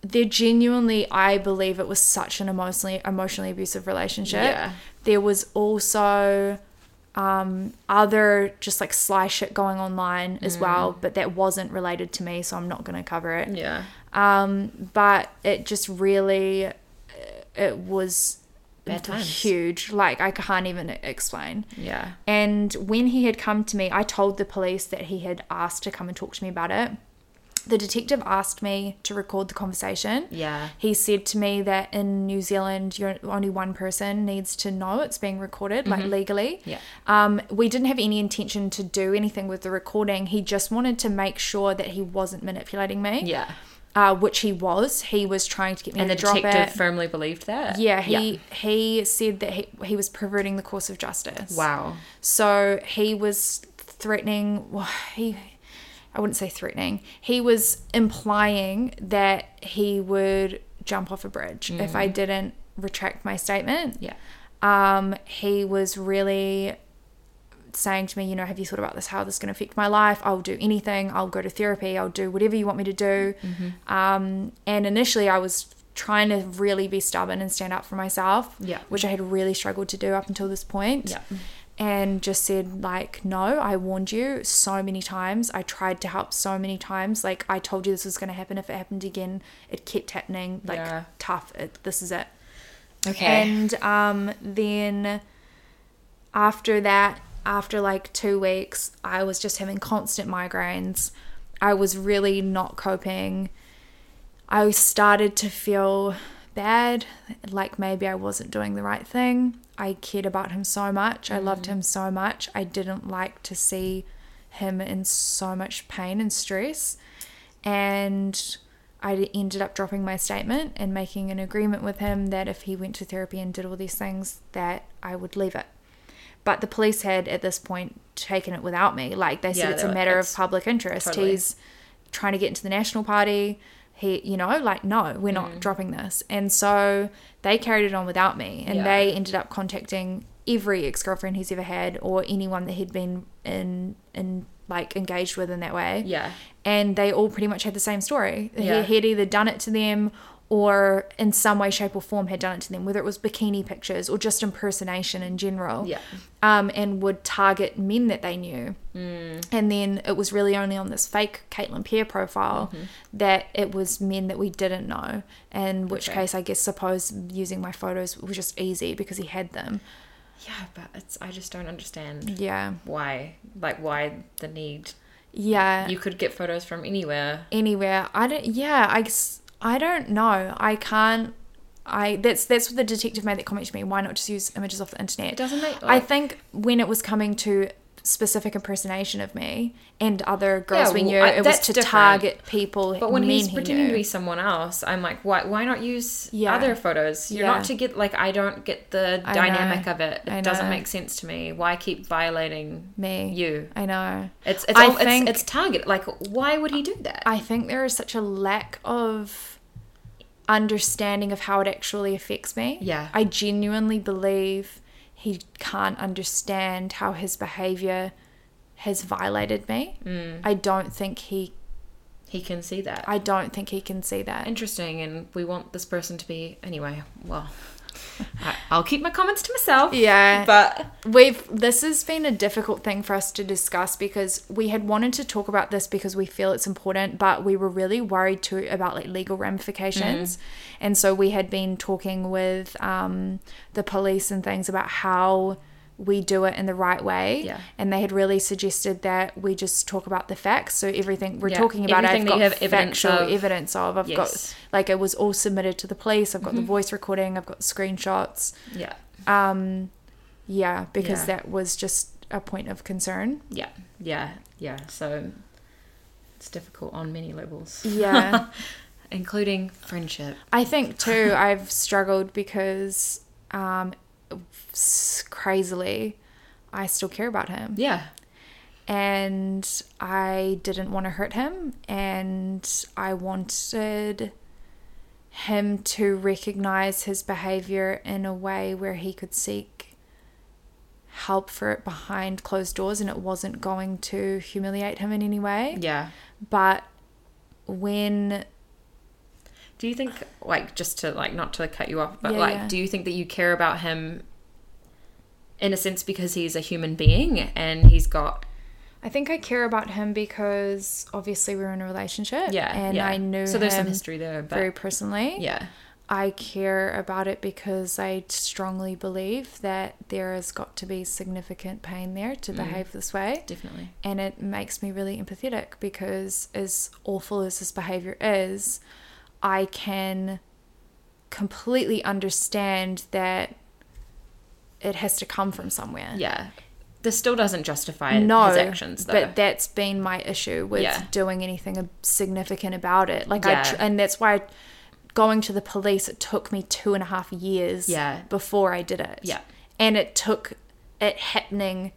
there genuinely I believe it was such an emotionally emotionally abusive relationship.
Yeah.
There was also um other just like sly shit going online
Mm.
as well, but that wasn't related to me, so I'm not gonna cover it
yeah.
um, but it just really uh, it was
Bad times.
huge like i can't even explain
Yeah.
and when he had come to me i told the police that he had asked to come and talk to me about it the detective asked me to record the conversation
Yeah.
he said to me that in New Zealand, you're only one person needs to know it's being recorded, like legally.
Mm-hmm. Yeah.
Um, we didn't have any intention to do anything with the recording. He just wanted to make sure that he wasn't manipulating me.
Yeah.
Uh, which he was. He was trying to get me
And
to
the
drop
detective
it.
firmly believed that.
yeah, he he said that he, he was perverting the course of justice.
Wow.
So he was threatening. Well, he, I wouldn't say threatening. He was implying that he would jump off a bridge if
Mm.
I didn't retract my statement.
Yeah.
Um, he was really saying to me, you know, have you thought about this? How this is going to affect my life? I'll do anything. I'll go to therapy. I'll do whatever you want me to do.
Mm-hmm.
Um, and initially, I was trying to really be stubborn and stand up for myself,
Yeah.
which I had really struggled to do up until this point.
Yeah.
And just said, like, no, I warned you so many times. I tried to help so many times. Like, I told you this was going to happen. If it happened again, it kept happening. Like,
Yeah.
tough. It, this is it.
Okay.
And um, then after that, after like two weeks, I was just having constant migraines. I was really not coping. I started to feel bad, like maybe I wasn't doing the right thing. I cared about him so much. I loved him so much. I didn't like to see him in so much pain and stress. And I ended up dropping my statement and making an agreement with him that if he went to therapy and did all these things, that I would leave it. But the police had at this point taken it without me. Like they said,
Yeah,
it's
they
a
were-
matter of
it's-
public interest.
Totally.
He's trying to get into the National Party. He, you know, like, no, we're
Mm.
not dropping this. And so they carried it on without me. And
Yeah.
they ended up contacting every ex girlfriend he's ever had or anyone that he'd been in, in like engaged with in that way.
Yeah.
And they all pretty much had the same story.
Yeah.
He had either done it to them or in some way, shape, or form had done it to them, whether it was bikini pictures or just impersonation in general.
Yeah.
Um, and would target men that they knew. And then it was really only on this fake Caitlin Peer profile that it was men that we didn't know. In which
Okay.
case, I guess, suppose using my photos was just easy because he had them.
yeah, but it's I just don't understand
Yeah.
why. Like why the need.
Yeah.
You could get photos from anywhere.
anywhere. I don't. Yeah, I. s- I don't know. I can't. I that's that's what the detective made that comment to me. Why not just use images off the internet?
It doesn't make
I think when it was coming to specific impersonation of me and other girls we
well,
knew,
I-
it was
that's
to
different.
target people.
But when
men
he's
he
pretending
knew.
to be someone else, I'm like, why? Why not use
Yeah.
other photos? You're
Yeah.
not to get like I don't get the
I know.
dynamic of it. It
I
doesn't
know.
make sense to me. Why keep violating
me,
You.
I know.
It's it's
I
all,
think-
it's, it's target. Like why would he do that?
I think there is such a lack of understanding of how it actually affects me.
Yeah.
I genuinely believe he can't understand how his behavior has violated me. I don't think he
He can see that.
I don't think he can see that.
Interesting, and we want this person to be anyway. Well, I, I'll keep my comments to myself.
Yeah.
but
We've this has been a difficult thing for us to discuss because we had wanted to talk about this because we feel it's important, but we were really worried too about like legal ramifications, and so we had been talking with um, the police and things about how we do it in the right way,
Yeah.
and they had really suggested that we just talk about the facts. So everything we're
Yeah,
talking about,
everything that
I've
you
got
have evidence
factual
of.
evidence of. I've
Yes. Mm-hmm.
got like it was all submitted to the police. I've got the voice recording. I've got screenshots.
yeah,
Um, yeah, because
Yeah.
that was just a point of concern.
yeah, yeah, yeah. So it's difficult on many levels,
Yeah.
including friendship.
I think too, I've struggled because um, s- crazily, I still care about him.
Yeah,
And I didn't want to hurt him. And I wanted him to recognize his behavior in a way where he could seek help for it behind closed doors and it wasn't going to humiliate him in any way.
yeah.
but when
Do you think, like, just to like not to cut you off, but
Yeah,
like,
yeah.
do you think that you care about him in a sense because he's a human being and he's got
I think I care about him because obviously we were in a relationship,
yeah,
and
yeah.
I knew
so there's
him
some history there, but
very personally.
yeah,
I care about it because I strongly believe that there has got to be significant pain there to behave this way,
definitely.
and it makes me really empathetic because as awful as this behavior is, I can completely understand that it has to come from somewhere.
Yeah, this still doesn't justify
no
his actions, though.
but that's been my issue with
Yeah.
doing anything significant about it like
Yeah.
i tr- and that's why going to the police it took me two and a half years
Yeah.
before i did it
Yeah.
and it took it happening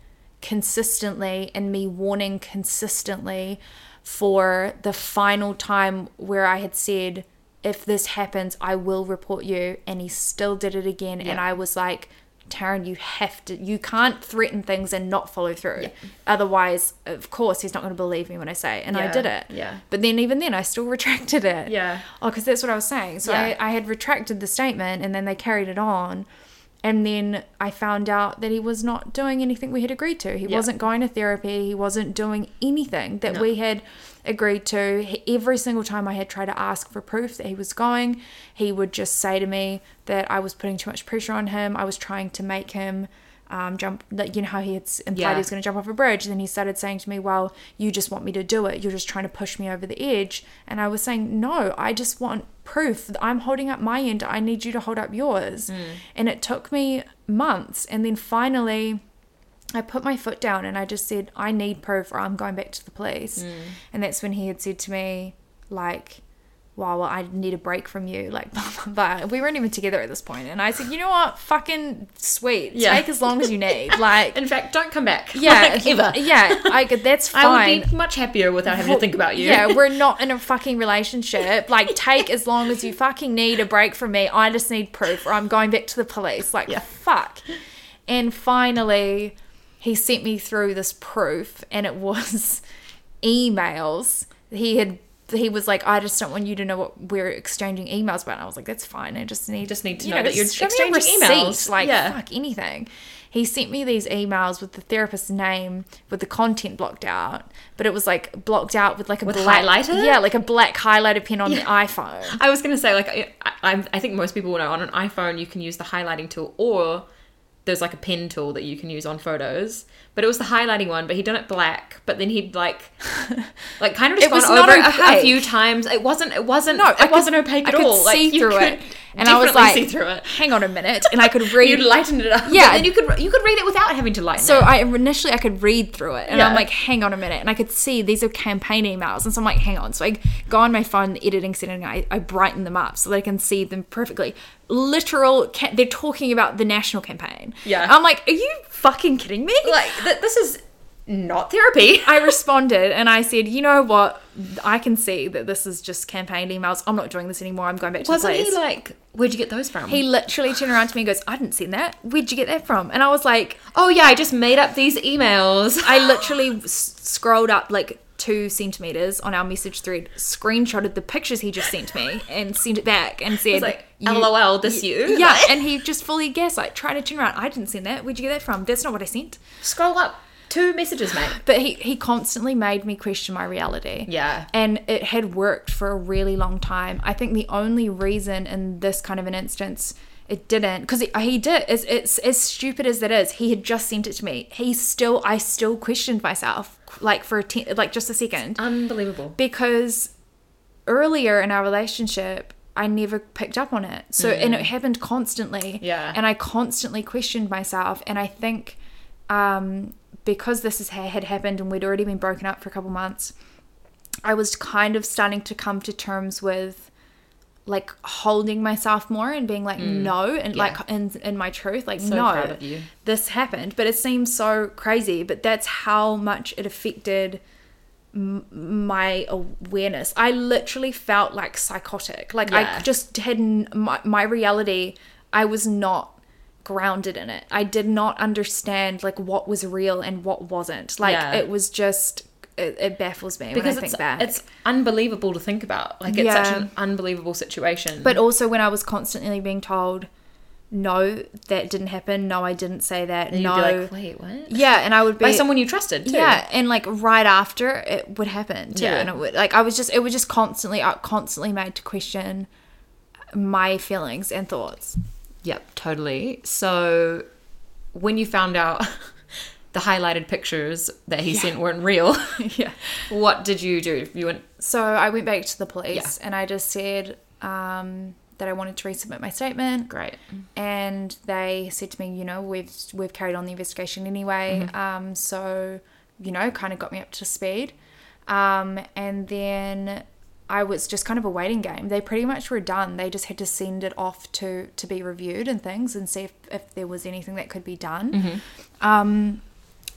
consistently and me warning consistently for the final time where i had said if this happens i will report you and he still did it again and
Yeah.
i was like Taryn, you have to, you can't threaten things and not follow through. Otherwise, of course, he's not going to believe me when I say, and I
Yeah,
did it.
yeah.
But then, even then, I still retracted it.
Yeah.
Oh, because that's what I was saying. So
Yeah.
I, I had retracted the statement and then they carried it on. And then I found out that he was not doing anything we had agreed to. He
Yeah.
wasn't going to therapy. He wasn't doing anything that
No.
we had agreed to. He- Every single time I had tried to ask for proof that he was going, he would just say to me that I was putting too much pressure on him. I was trying to make him um, jump, like, you know, how he had s- implied
Yeah.
he was going to jump off a bridge. And then he started saying to me, Well, you just want me to do it. You're just trying to push me over the edge. And I was saying, No, I just want proof. I'm holding up my end. I need you to hold up yours.
Hmm.
And it took me months. And then finally, I put my foot down and I just said, I need proof or I'm going back to the
Hmm.
police. And that's when he had said to me, like, wow, well, I need a break from you. Like, blah, blah, blah. We weren't even together at this point. And I said, you know what? Fucking sweet.
Yeah.
Take as long as you need. Like,
In fact, don't come back.
yeah.
like, ever.
Yeah. Like, that's fine.
I would be much happier without having to think about you.
Yeah, we're not in a fucking relationship. Like, take as long as you fucking need a break from me. I just need proof, or I'm going back to the police. Like, fuck. And finally, he sent me through this proof, and it was emails. He had. He was like, I just don't want you to know what we're exchanging emails about. And I was like, that's fine. I just need
Just need to
you
know that you're
just show me a
exchanging
receipt,
emails.
Like,
Yeah.
fuck anything. He sent me these emails with the therapist's name with the content blocked out, but it was like blocked out with like a
With
black
highlighter?
Yeah, like a black highlighter pen on the iPhone.
I was gonna say like I, I, I'm- I think most people will know on an iPhone you can use the highlighting tool or there's like a pen tool that you can use on photos. But it was the highlighting one, but he'd done it black. But then he'd like, like kind of just
It was
gone
not
over it a- a,
opaque.
few times. It wasn't. It wasn't.
No,
it
Oh, I could-
wasn't opaque
I
at
could
all. like,
see
you
through
could
it. And I was
definitely
like-
see through it.
Hang on a minute, and I could read.
You'd lighten it up.
Yeah.
Yeah, then you could you could read it without having to lighten.
so
it.
I initially I could read through it, and I'm
Yeah.
like, hang on a minute, and I could see these are campaign emails, and so I'm like, hang on. So I go on my phone, the editing setting, and I, I brighten them up so that I can see them perfectly. Literal, ca- they're talking about the national campaign.
Yeah.
I'm like, are you fucking kidding me?
like th- this is not therapy.
I responded and I said, you know what? I can see that this is just campaign emails. I'm not doing this anymore. I'm going back to
Wasn't
the place.
he like, where'd you get those from?
He literally turned around to me and goes, I didn't send that. Where'd you get that from? And I was like,
oh yeah, I just made up these emails.
I literally s- scrolled up like two centimeters on our message thread, screenshotted the pictures he just sent me, and sent it back and said,
It's like,
"You-
LOL, this you.
Yeah,
Like,
and he just fully guessed, like, trying to turn around. I didn't send that. Where'd you get that from? That's not what I sent.
scroll up two messages, mate.
But he, he constantly made me question my reality.
Yeah.
And it had worked for a really long time. I think the only reason in this kind of an instance it didn't, because he, he did, it's, it's as stupid as that is, he had just sent it to me. He still, I still questioned myself, like for a ten, like just a second,
Unbelievable.
because earlier in our relationship, I never picked up on it. So, and it happened constantly.
Mm. Yeah.
And I constantly questioned myself. And I think um, because this is, had happened and we'd already been broken up for a couple months, I was kind of starting to come to terms with like holding myself more and being like no and like in in my truth like
Mm. So
no
proud of you.
this happened but it seems so crazy but that's how much it affected m- my awareness i literally felt like psychotic like
Yeah.
i just had n- my, my reality i was not grounded in it i did not understand like what was real and what wasn't like
Yeah.
it was just it, it baffles me
Because
when i
it's
think back
it's unbelievable to think about. Like it's
Yeah.
such an unbelievable situation.
But also when I was constantly being told, no, that didn't happen. No, I didn't say that.
you'd
no.
be like, wait, what?
yeah, and I would be
By someone you trusted too.
yeah, and like right after it would happen too,
Yeah.
and it would like I was just it was just constantly I constantly made to question my feelings and thoughts.
Yep, totally. So when you found out the highlighted pictures that he sent weren't real,
yeah.
what did you do? You went
So I went back to the police and I just said um, that I wanted to resubmit my statement.
great.
and they said to me, you know, we've we've carried on the investigation anyway, um, so you know, kind of got me up to speed, um, and then I was just kind of a waiting game. They pretty much were done. They just had to send it off to to be reviewed and things, and see if if there was anything that could be done. Um,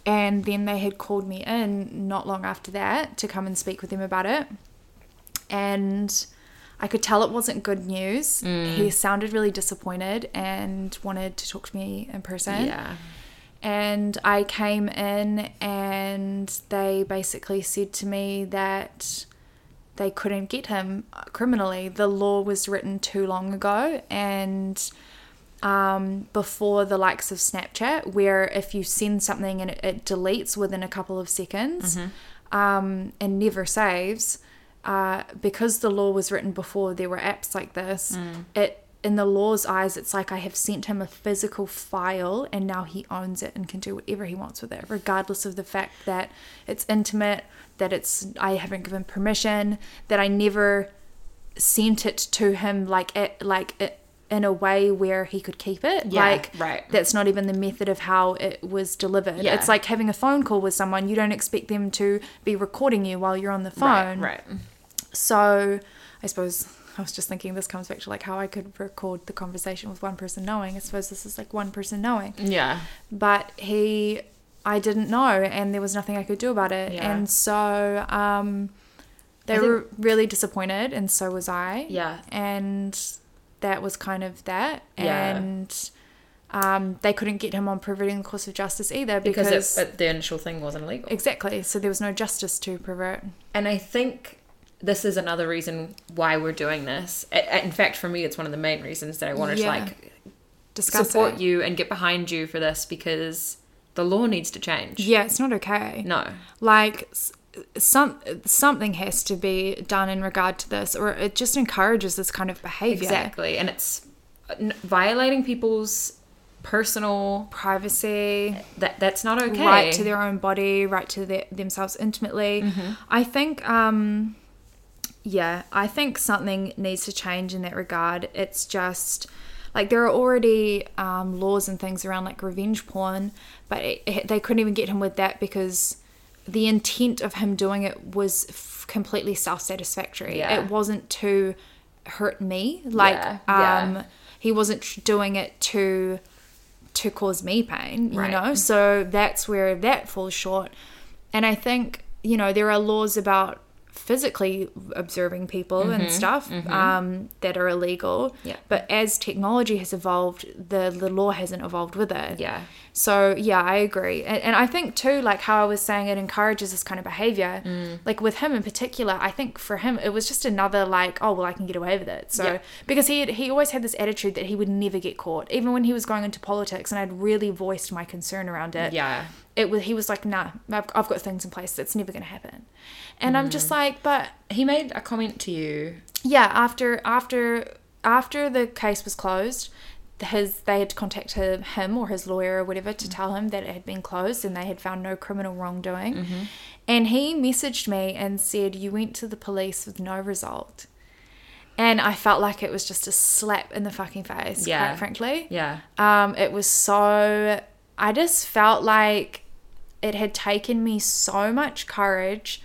and then they had called me in not long after that to come and speak with them about it. And I could tell it wasn't good news. He sounded really disappointed and wanted to talk to me in person.
Yeah.
And I came in and they basically said to me that they couldn't get him criminally. The law was written too long ago and um, before the likes of Snapchat, where if you send something and it, it deletes within a couple of seconds um, and never saves, uh, because the law was written before there were apps like this, it in the law's eyes, it's like I have sent him a physical file and now he owns it and can do whatever he wants with it, regardless of the fact that it's intimate, that it's I haven't given permission, that I never sent it to him like it like it in a way where he could keep it
Yeah,
like
right.
that's not even the method of how it was delivered
Yeah.
it's like having a phone call with someone you don't expect them to be recording you while you're on the
Right,
phone
right.
so i suppose i was just thinking this comes back to like how i could record the conversation with one person knowing i suppose this is like one person knowing
Yeah.
but he i didn't know and there was nothing i could do about it
Yeah.
and so um they
I think-
were really disappointed and so was i
Yeah.
and that was kind of that
Yeah.
and um they couldn't get him on perverting the course of justice either because,
Because, it, it- the initial thing wasn't legal.
exactly so there was no justice to pervert
And I think this is another reason why we're doing this. I- I- In fact, for me, it's one of the main reasons that I wanted
Yeah.
to like
discuss
support
it.
you and get behind you for this because the law needs to change.
yeah it's not okay
No.
like s- some something has to be done in regard to this or it just encourages this kind of behavior
Exactly. And it's uh, n- violating people's personal
privacy
that that's not okay. Mm-hmm.
right to their own body, right to their, themselves intimately. I think, um, yeah, I think something needs to change in that regard. It's just like there are already um, laws and things around like revenge porn, but it, it- they couldn't even get him with that because the intent of him doing it was f- completely self satisfactory.
Yeah.
It wasn't to hurt me. Like,
Yeah, yeah.
um, he wasn't tr- doing it to to cause me pain you
Right.
know so that's where that falls short And I think, you know, there are laws about physically observing people and stuff um, that are illegal.
Mm-hmm. Yeah.
But as technology has evolved, the, the law hasn't evolved with it.
Yeah.
So, yeah, I agree. And, and I think, too, like how I was saying, it encourages this kind of behavior.
Mm.
Like with him in particular, I think for him, it was just another, like, oh, well, I can get away with it. So,
Yeah.
because he, had, he always had this attitude that he would never get caught, even when he was going into politics and I'd really voiced my concern around it
Yeah.
it was he was like nah i've, I've got things in place that's never going to happen and i'm
Mm.
just like but
He made a comment to you.
yeah after after after the case was closed his they had contacted him or his lawyer or whatever to tell him that it had been closed and they had found no criminal wrongdoing and he messaged me and said you went to the police with no result and i felt like it was just a slap in the fucking face
Yeah.
quite frankly
Yeah.
um, it was so. I just felt like it had taken me so much courage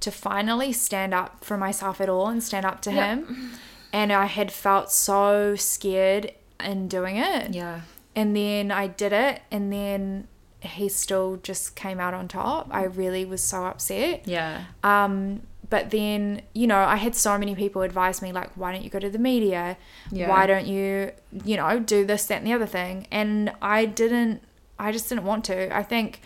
to finally stand up for myself at all and stand up to
Yeah.
him. And I had felt so scared in doing it.
Yeah.
And then I did it, and then he still just came out on top. I really was so upset.
Yeah.
Um, but then, you know, I had so many people advise me, like, why don't you go to the media?
Yeah.
Why don't you, you know, do this, that, and the other thing? And I didn't, I just didn't want to. I think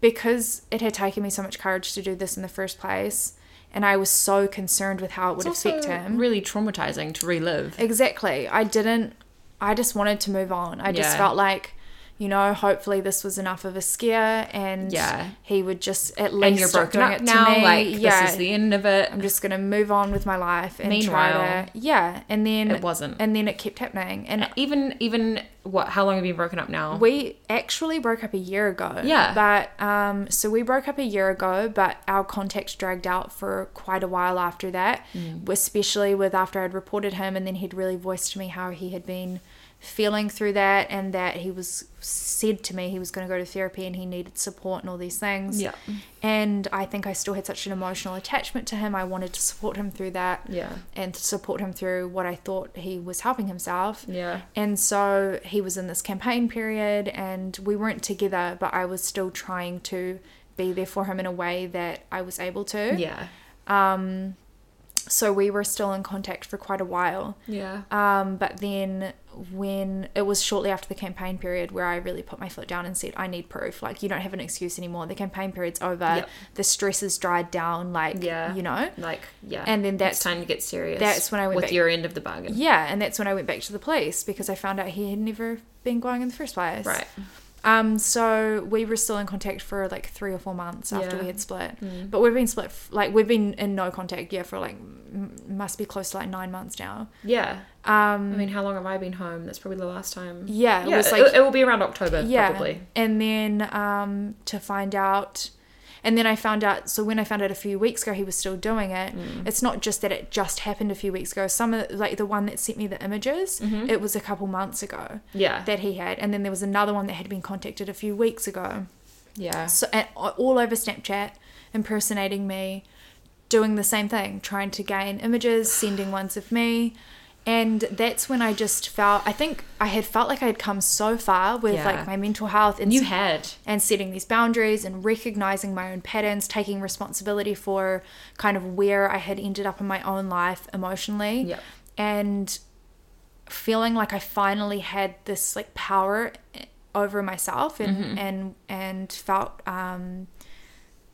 because it had taken me so much courage to do this in the first place, and I was so concerned with how it would
It's also
affect him.
really traumatizing to relive.
exactly. I didn't, I just wanted to move on. I just
Yeah.
felt like, you know, hopefully this was enough of a scare, and
Yeah.
he would just at least
And you're
stop
broken
doing
up
it
now.
To me.
Like
yeah,
this is the end of it.
I'm just gonna move on with my life and try
Meanwhile,
to yeah. And then
it wasn't.
and then it kept happening. And
Even even what? How long have you been broken up now?
we actually broke up a year ago.
Yeah.
But um, so we broke up a year ago, but our contact dragged out for quite a while after that,
Mm.
especially with after I'd reported him, and then he'd really voiced to me how he had been feeling through that and that he was said to me he was going to go to therapy and he needed support and all these things
Yeah.
and i think i still had such an emotional attachment to him i wanted to support him through that
Yeah.
and to support him through what I thought he was helping himself.
Yeah.
And so he was in this campaign period and we weren't together, but I was still trying to be there for him in a way that I was able to.
Yeah.
So we were still in contact for quite a while.
Yeah.
Um, but then when it was shortly after the campaign period where I really put my foot down and said, I need proof. Like, you don't have an excuse anymore. The campaign period's over.
Yep.
The stress is dried down. Like,
Yeah.
you know?
Like yeah.
And then that's-
it's time to get serious.
that's when I went
with
back-
your end of the bargain.
Yeah, and that's when I went back to the police because I found out he had never been going in the first place.
Right.
Um. So we were still in contact for like three or four months after
Yeah. Mm.
we had split,
Mm-hmm.
but we've been split. F- like we've been in no contact yeah for like m- must be close to like nine months now.
Yeah.
Um.
I mean, how long have I been home? That's probably the last time.
Yeah. It
yeah,
was
it,
like
it will be around October,
yeah.
probably.
And then um to find out. And then I found out. So when I found out a few weeks ago, he was still doing it. It's not just that it just happened a few weeks ago. Some of like the one that sent me the images, it was a couple months ago.
Yeah.
that he had, and then there was another one that had been contacted a few weeks ago.
yeah.
So and all over Snapchat, impersonating me, doing the same thing, trying to gain images, sending ones of me, and that's when I just felt. I think I had felt like I had come so far with
Yeah.
like my mental health and
You had.
and setting these boundaries and recognizing my own patterns, taking responsibility for kind of where I had ended up in my own life emotionally,
Yep.
and feeling like I finally had this like power over myself and and and felt um,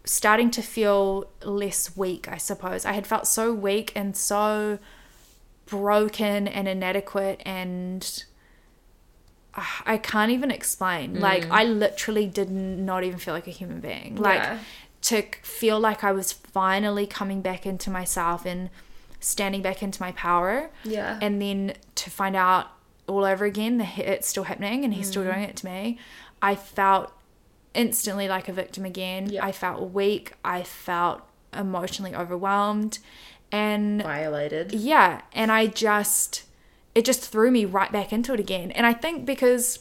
starting to feel less weak. I suppose I had felt so weak and so broken and inadequate and ah, I can't even explain. Like I literally did not even feel like a human being. Like
Yeah.
to c- feel like I was finally coming back into myself and standing back into my power.
Yeah.
And then to find out all over again that he- it's still happening and he's still
Mm.
doing it to me, I felt instantly like a victim again.
Yeah.
I felt weak. I felt emotionally overwhelmed. And
Violated.
yeah, and I just it just threw me right back into it again. And I think because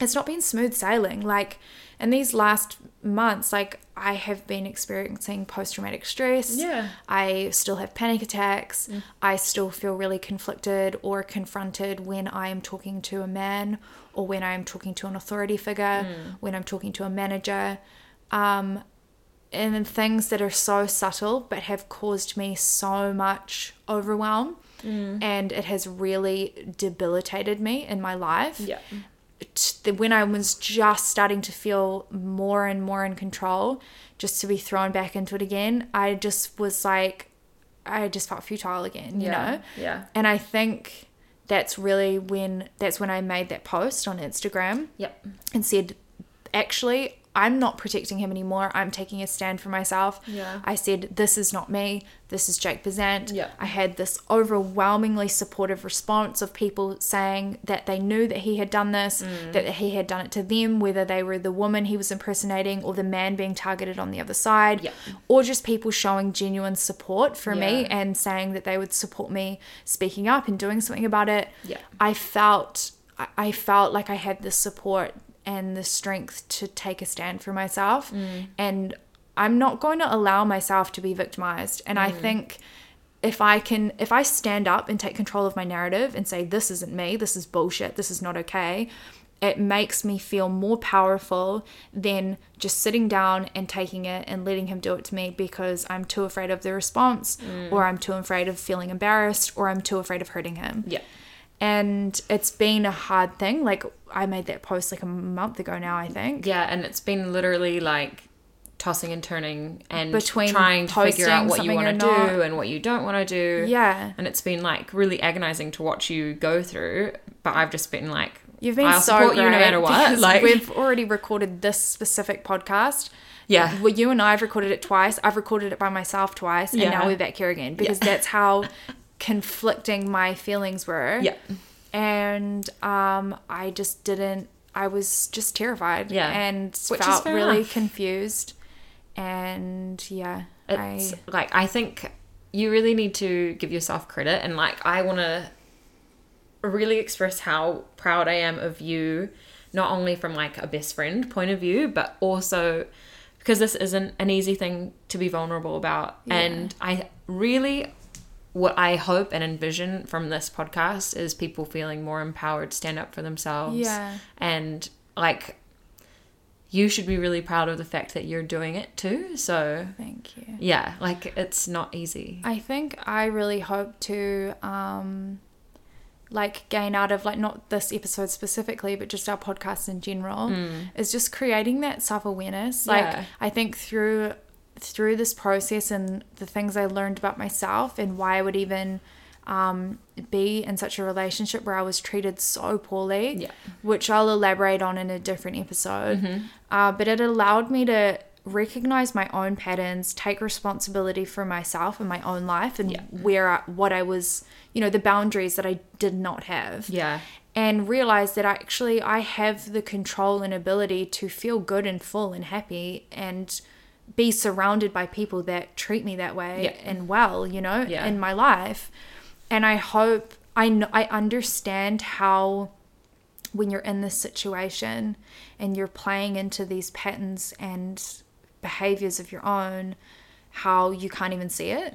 it's not been smooth sailing, like in these last months, like I have been experiencing post traumatic stress.
Yeah.
I still have panic attacks. I still feel really conflicted or confronted when I am talking to a man or when I am talking to an authority figure, when I'm talking to a manager. Um, and in things that are so subtle but have caused me so much overwhelm
Mm.
and it has really debilitated me in my life
Yeah.
t- the- when I was just starting to feel more and more in control, just to be thrown back into it again, I just was like, I just felt futile again, you
yeah.
know?
Yeah.
And I think that's really when that's when I made that post on Instagram
Yep.
and said, actually, I'm not protecting him anymore. I'm taking a stand for myself.
Yeah.
I said, this is not me. This is Jake Bazant.
Yeah.
I had this overwhelmingly supportive response of people saying that they knew that he had done this,
Mm.
that he had done it to them, whether they were the woman he was impersonating or the man being targeted on the other side,
Yeah.
or just people showing genuine support for me
Yeah.
and saying that they would support me speaking up and doing something about it.
Yeah.
I felt I- I felt like I had the support and the strength to take a stand for myself and I'm not going to allow myself to be victimized and I think if I can if I stand up and take control of my narrative and say this isn't me this is bullshit this is not okay it makes me feel more powerful than just sitting down and taking it and letting him do it to me because I'm too afraid of the response or I'm too afraid of feeling embarrassed or I'm too afraid of hurting him
Yeah.
and it's been a hard thing like i made that post like a month ago now i think
Yeah, and it's been literally like tossing and turning and
Between
trying to figure out
posting
what you
something
want to
or
do
not.
and what you don't want to do.
Yeah.
And it's been like really agonizing to watch you go through, but I've just been like
you've been
I'll
so
support
great
you no matter what.
because
Like
we've already recorded this specific podcast
Yeah.
well, you and i've recorded it twice i've recorded it by myself twice and
Yeah.
now we're back here again because that's how conflicting my feelings were
Yeah.
and um i just didn't i was just terrified
Yeah.
and
Which is
felt
fair
really
enough.
confused and yeah
it's
I,
like I think you really need to give yourself credit and like I want to really express how proud I am of you not only from like a best friend point of view but also because this isn't an easy thing to be vulnerable about and I really what I hope and envision from this podcast is people feeling more empowered to stand up for themselves
Yeah.
and like you should be really proud of the fact that you're doing it too so
thank you
yeah, like it's not easy.
I think I really hope to um like gain out of like not this episode specifically but just our podcast in general is just creating that self-awareness like
Yeah.
I think through through this process and the things I learned about myself and why I would even um, be in such a relationship where I was treated so poorly,
Yeah. Mm-hmm.
which I'll elaborate on in a different episode. Uh, but it allowed me to recognize my own patterns, take responsibility for myself and my own life, and
Yeah.
where I, what I was, you know, the boundaries that I did not have
Yeah.
and realize that actually I have the control and ability to feel good and full and happy and be surrounded by people that treat me that way
Yeah.
and well, you know,
Yeah.
in my life. And I hope I know, I understand how when you're in this situation and you're playing into these patterns and behaviors of your own how you can't even see it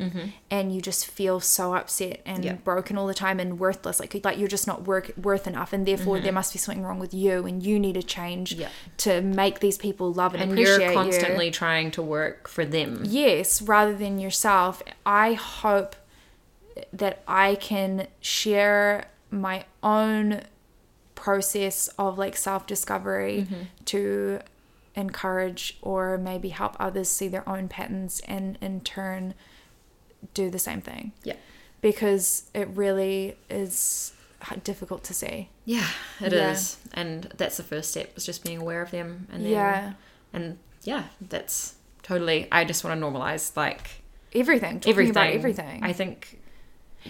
and you just feel so upset and
Mm-hmm. Yeah.
broken all the time and worthless like like you're just not work, worth enough and therefore there must be something wrong with you and you need a change
Mm-hmm. Yeah.
to make these people love and,
And
appreciate
you're
you
constantly trying to work for them.
yes rather than yourself i hope that i can share my own process of like self-discovery
Mm-hmm.
to encourage or maybe help others see their own patterns and in turn do the same thing
Yeah.
because it really is h- difficult to see
Yeah, it is,
Yeah.
And that's the first step is just being aware of them and then
Yeah.
and yeah, that's totally I just want to normalize like
everything talking
everything.
about everything
I think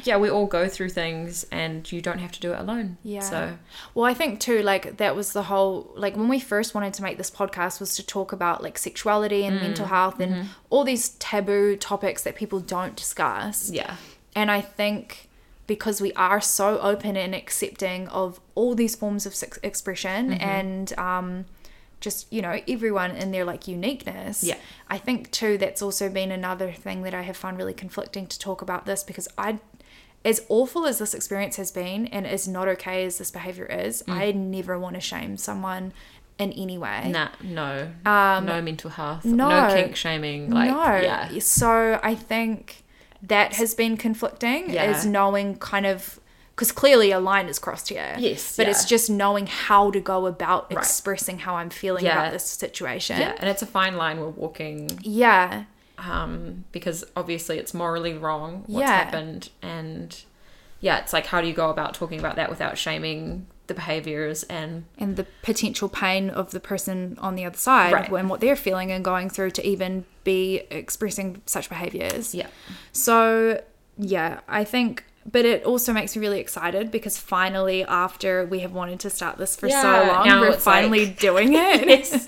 yeah, we all go through things and you don't have to do it alone.
Yeah.
So
Well, I think too, like that was the whole like when we first wanted to make this podcast was to talk about like sexuality and mental health and all these taboo topics that people don't discuss.
yeah.
And I think because we are so open and accepting of all these forms of sex expression
Mm-hmm.
and um, just, you know, everyone in their like uniqueness.
Yeah.
I think too that's also been another thing that I have found really conflicting to talk about this because I, as awful as this experience has been and as not okay as this behavior is, I never want to shame someone in any way.
Nah, Mm. no.
Um,
no mental health.
no.
No, kink shaming. Like,
no.
yeah.
So I think that has been conflicting
Yeah.
is knowing kind of because clearly a line is crossed here.
Yes,
But it's
yeah.
just knowing how to go about
Right.
expressing how I'm feeling
Yeah.
about this situation.
Yeah. And it's a fine line we're walking
Yeah.
um, because obviously it's morally wrong what's
Yeah.
happened. And yeah, it's like, how do you go about talking about that without shaming the behaviors and
And the potential pain of the person on the other side
Right.
and what they're feeling and going through to even be expressing such behaviors.
yeah.
So, yeah, I think, but it also makes me really excited because finally, after we have wanted to start this for so
Yeah,
long,
now
we're
it's like-
finally doing it.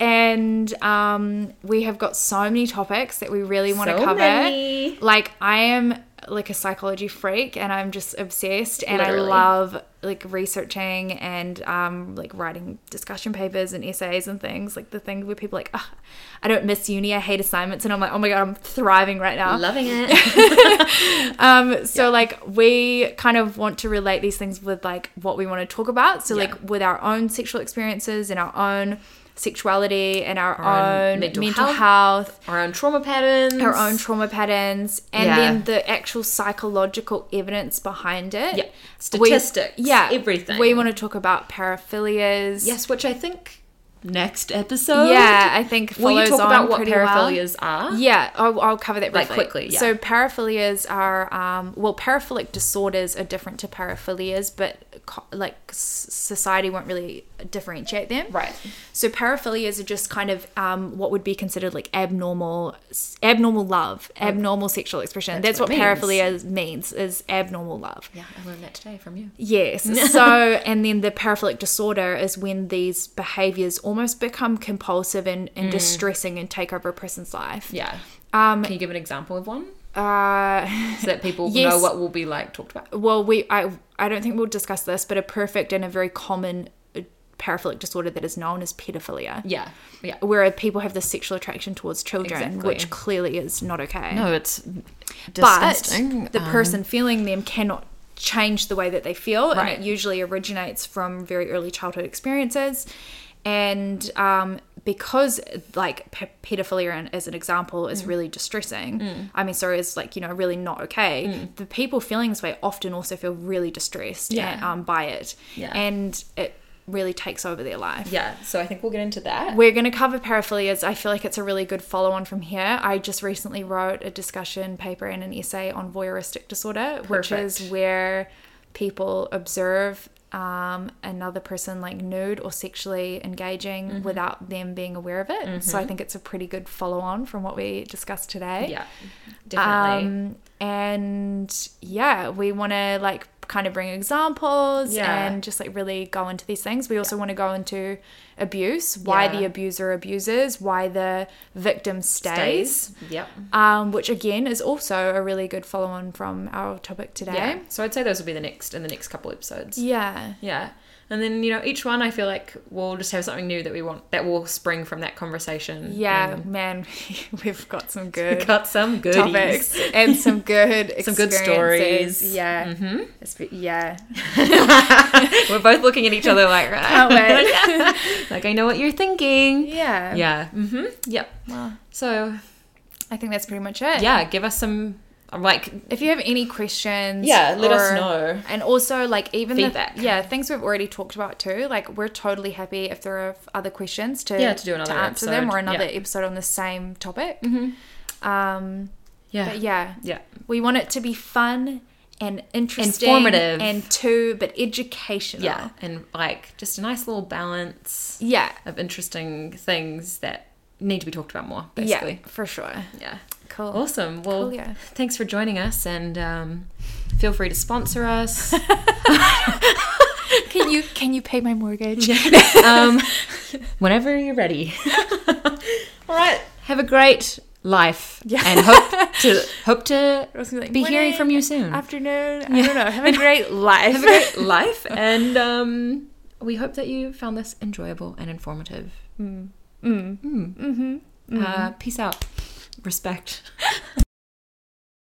And um, we have got so many topics that we really want to
So
cover.
many.
Like, I am like a psychology freak and I'm just obsessed and
Literally.
I love like researching and um like writing discussion papers and essays and things like the thing where people are like oh, I don't miss uni I hate assignments and I'm like oh my god I'm thriving right now
Loving it.
um, so like we kind of want to relate these things with like what we want to talk about. So
Yeah.
like with our own sexual experiences and our own sexuality and our,
Our
own,
own
mental,
mental
health.
Our own trauma patterns.
our own trauma patterns, and
Yeah.
then the actual psychological evidence behind it.
Yeah.
We-
Statistics,
yeah.
everything.
We want to talk about paraphilias.
Yes, which I think next episode.
Yeah, I think follows
Will you talk
on
about what
pretty well.
paraphilias are?
Yeah, I'll, I'll cover that
Ah. Like,
briefly.
quickly, yeah.
So paraphilias are, um, well, paraphilic disorders are different to paraphilias, but co- like s- society won't really differentiate them.
Right.
So paraphilias are just kind of um, what would be considered like abnormal, s- abnormal love, abnormal sexual expression. That's,
Oh. That's
what,
what it means.
paraphilia means is abnormal love.
Yeah, I learned that today from you.
Yes. So, and then the paraphilic disorder is when these behaviors almost become compulsive and,
Mm.
and distressing and take over a person's life.
Yeah. Um, Can you give an example of one
Uh,
so that people
Yes.
know what will be like talked about?
well, we I I don't think we'll discuss this, but a perfect and a very common uh, paraphilic disorder that is known as pedophilia,
Yeah, yeah.
where people have this sexual attraction towards children,
Exactly.
which clearly is not okay.
No, it's
but
disgusting. Um,
the person feeling them cannot change the way that they feel and
Right.
it usually originates from very early childhood experiences and um, because like p- pedophilia as an example
Mm.
is really distressing i mean sorry is like you know really not okay the people feeling this way often also feel really distressed
Mm. Yeah.
and, um, by it
Yeah.
and it really takes over their life
yeah, so I think we'll get into that.
we're going to cover paraphilias. I feel like it's a really good follow on from here. I just recently wrote a discussion paper and an essay on voyeuristic disorder, which
Perfect.
is where people observe um, another person like nude or sexually engaging
Mm-hmm.
without them being aware of it. So I think it's a pretty good follow on from what we discussed today.
Yeah, definitely.
Um, and yeah, we want to like kind of bring examples
Yeah.
and just like really go into these things. We also want to go into abuse, why
Yeah.
the abuser abuses, why the victim stays,
Days. Yep.
Um, which again is also a really good follow on from our topic
Yeah.
today.
So I'd say those will be the next in the next couple episodes.
Yeah.
Yeah. And then, you know, each one I feel like we'll just have something new that we want that will spring from that conversation.
Yeah,
And
man, we've got some good
got Mm, some goodies.
topics and some good
Some good
experiences.
stories. Mm.
Yeah. Mm-hmm. Yeah.
We're both looking at each other like,
Can't wait.
like I know what you're thinking.
yeah.
Yeah. Mm-hmm. Yep.
Wow.
So
I think that's pretty much it.
yeah, give us some I'm like
If you have any questions,
Yeah, let us
or-
know.
And also, like even
Feedback.
the yeah things we've already talked about too. Like we're totally happy if there are other questions to
Yeah, to do another
answer them
episode.
or another
Yeah.
episode on the same topic. Um,
Mm-hmm. Yeah.
but yeah,
Yeah.
we want it to be fun and interesting,
Informative.
and too, but educational.
Yeah. And like just a nice little balance
yeah,
of interesting things that need to be talked about more,
yeah,
basically.
for sure.
Yeah.
Cool.
Awesome. Well,
Cool, yeah.
thanks for joining us and um, feel free to sponsor us.
Can you can you pay my mortgage?
um, whenever you're ready. All right. Have a great life
Yeah.
and hope to hope to
I was gonna be like,
be hearing from you
"Morning,
soon.
Afternoon. I don't know. Have a great life.
Have a great life and um, we hope that you found this enjoyable and informative. Hmm.
Mm. Mm-hmm.
Mm. Uh, peace out. Respect.